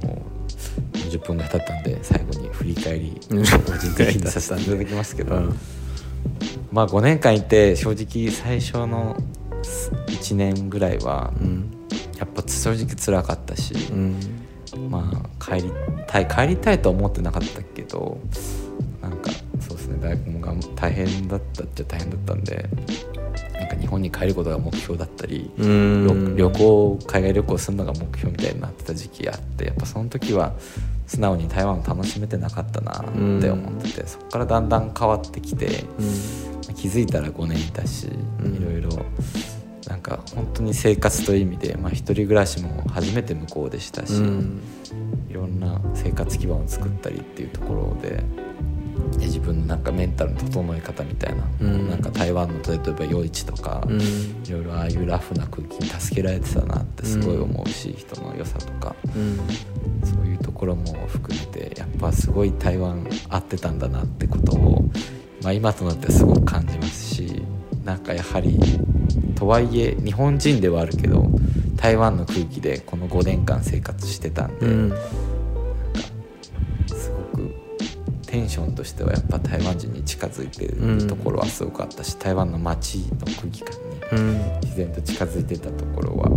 Speaker 1: う40分ぐらい経ったんで最後に振り返 り
Speaker 2: うん
Speaker 1: 個人的にさせていただきますけど、まあ5年間いて正直最初の1年ぐらいは
Speaker 2: うん
Speaker 1: やっぱ正直辛かったし、
Speaker 2: うん
Speaker 1: まあ帰りたい帰りたいとは思ってなかったけどなんかそうですね大学もがん大変だったっちゃ大変だったんでなんか日本に帰ることが目標だったり。
Speaker 2: うん
Speaker 1: 旅旅行海外旅行するのが目標みたいになってた時期があってやっぱその時は素直に台湾を楽しめてなかったなって思ってて、そこからだんだん変わってきて気づいたら5年いたし、
Speaker 2: うん
Speaker 1: いろいろなんか本当に生活という意味で、まあ、一人暮らしも初めて向こうでしたし、
Speaker 2: うん
Speaker 1: いろんな生活基盤を作ったりっていうところで。で自分のなんかメンタルの整え方みたいな、
Speaker 2: うん
Speaker 1: なんか台湾の例えば夜市とか、
Speaker 2: うん
Speaker 1: いろいろああいうラフな空気に助けられてたなってすごい思うし、人の良さとか
Speaker 2: うん
Speaker 1: そういうところも含めてやっぱすごい台湾合ってたんだなってことを、まあ、今となってはすごく感じますしなんかやはりとはいえ日本人ではあるけど台湾の空気でこの5年間生活してたんで、
Speaker 2: うん
Speaker 1: すごくテンションとしてはやっぱ台湾人に近づいてるところはすごくあったし、台湾の街の空気感に。
Speaker 2: うん
Speaker 1: 自然と近づいてたところは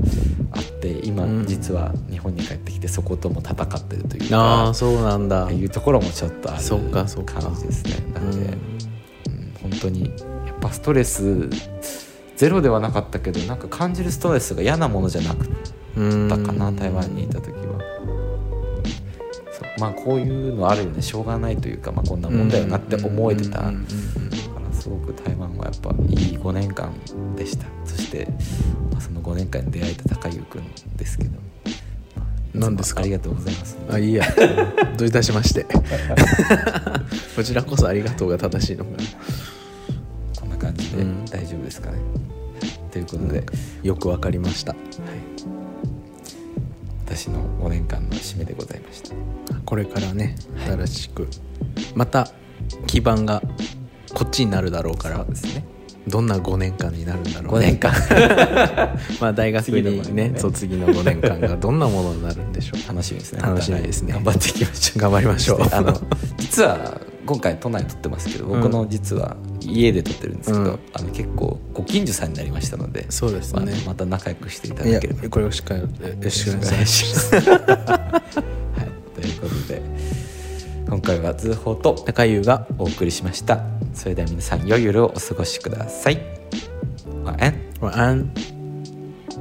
Speaker 1: あって今
Speaker 2: うん
Speaker 1: 実は日本に帰ってきてそことも戦ってるという
Speaker 2: あ
Speaker 1: か
Speaker 2: あ、そうなんだ
Speaker 1: っていうところもちょっとある
Speaker 2: そっかそっか
Speaker 1: 感じですねな
Speaker 2: うん
Speaker 1: で、
Speaker 2: ん
Speaker 1: うん本当にやっぱストレスゼロではなかったけどなんか感じるストレスが嫌なものじゃなかったかな
Speaker 2: うん
Speaker 1: 台湾にいた時はまあこういうのあるよねしょうがないというか、まあ、こんなもんだよなって思えてた
Speaker 2: うんうんうんうん
Speaker 1: からすごく台湾はやっぱいい5年間でしたそして、まあ、その5年間に出会えた高優くんですけど
Speaker 2: 何ですか
Speaker 1: いつもありがとうございます
Speaker 2: あいいやどういたしましてこちらこそありがとうが正しいのか
Speaker 1: こんな感じで
Speaker 2: うん
Speaker 1: 大丈夫ですかね、ということ
Speaker 2: な
Speaker 1: で、
Speaker 2: でよくわかりました
Speaker 1: 私の5年間の締めでございました
Speaker 2: これからね新しくまた基盤がこっちになるだろうから
Speaker 1: そうですね
Speaker 2: どんな5年間になるんだろ
Speaker 1: 5
Speaker 2: う、
Speaker 1: 年 間
Speaker 2: まあ大学
Speaker 1: 次の
Speaker 2: に
Speaker 1: 五年
Speaker 2: ね
Speaker 1: ね
Speaker 2: そう次の5年間がどんなものになるんで しょう
Speaker 1: 楽しみですね
Speaker 2: 楽しみですね
Speaker 1: また頑張っていきましょう
Speaker 2: 頑張りましょう
Speaker 1: あの実は今回都内撮ってますけど
Speaker 2: うん
Speaker 1: 僕の実は家で撮ってるんですけど、
Speaker 2: うん
Speaker 1: あの結構ご近所さんになりましたので
Speaker 2: そうですね
Speaker 1: まあまた仲良くしていた
Speaker 2: い
Speaker 1: だ
Speaker 2: や
Speaker 1: ければ
Speaker 2: これをしっかりよろしくお
Speaker 1: お
Speaker 2: 願
Speaker 1: 願
Speaker 2: い
Speaker 1: い
Speaker 2: し
Speaker 1: しますはいということで今回は通報と
Speaker 2: 高 優が
Speaker 1: お送りしましたそれでは皆さん良い夜をお過ごしください晚安
Speaker 2: 晚安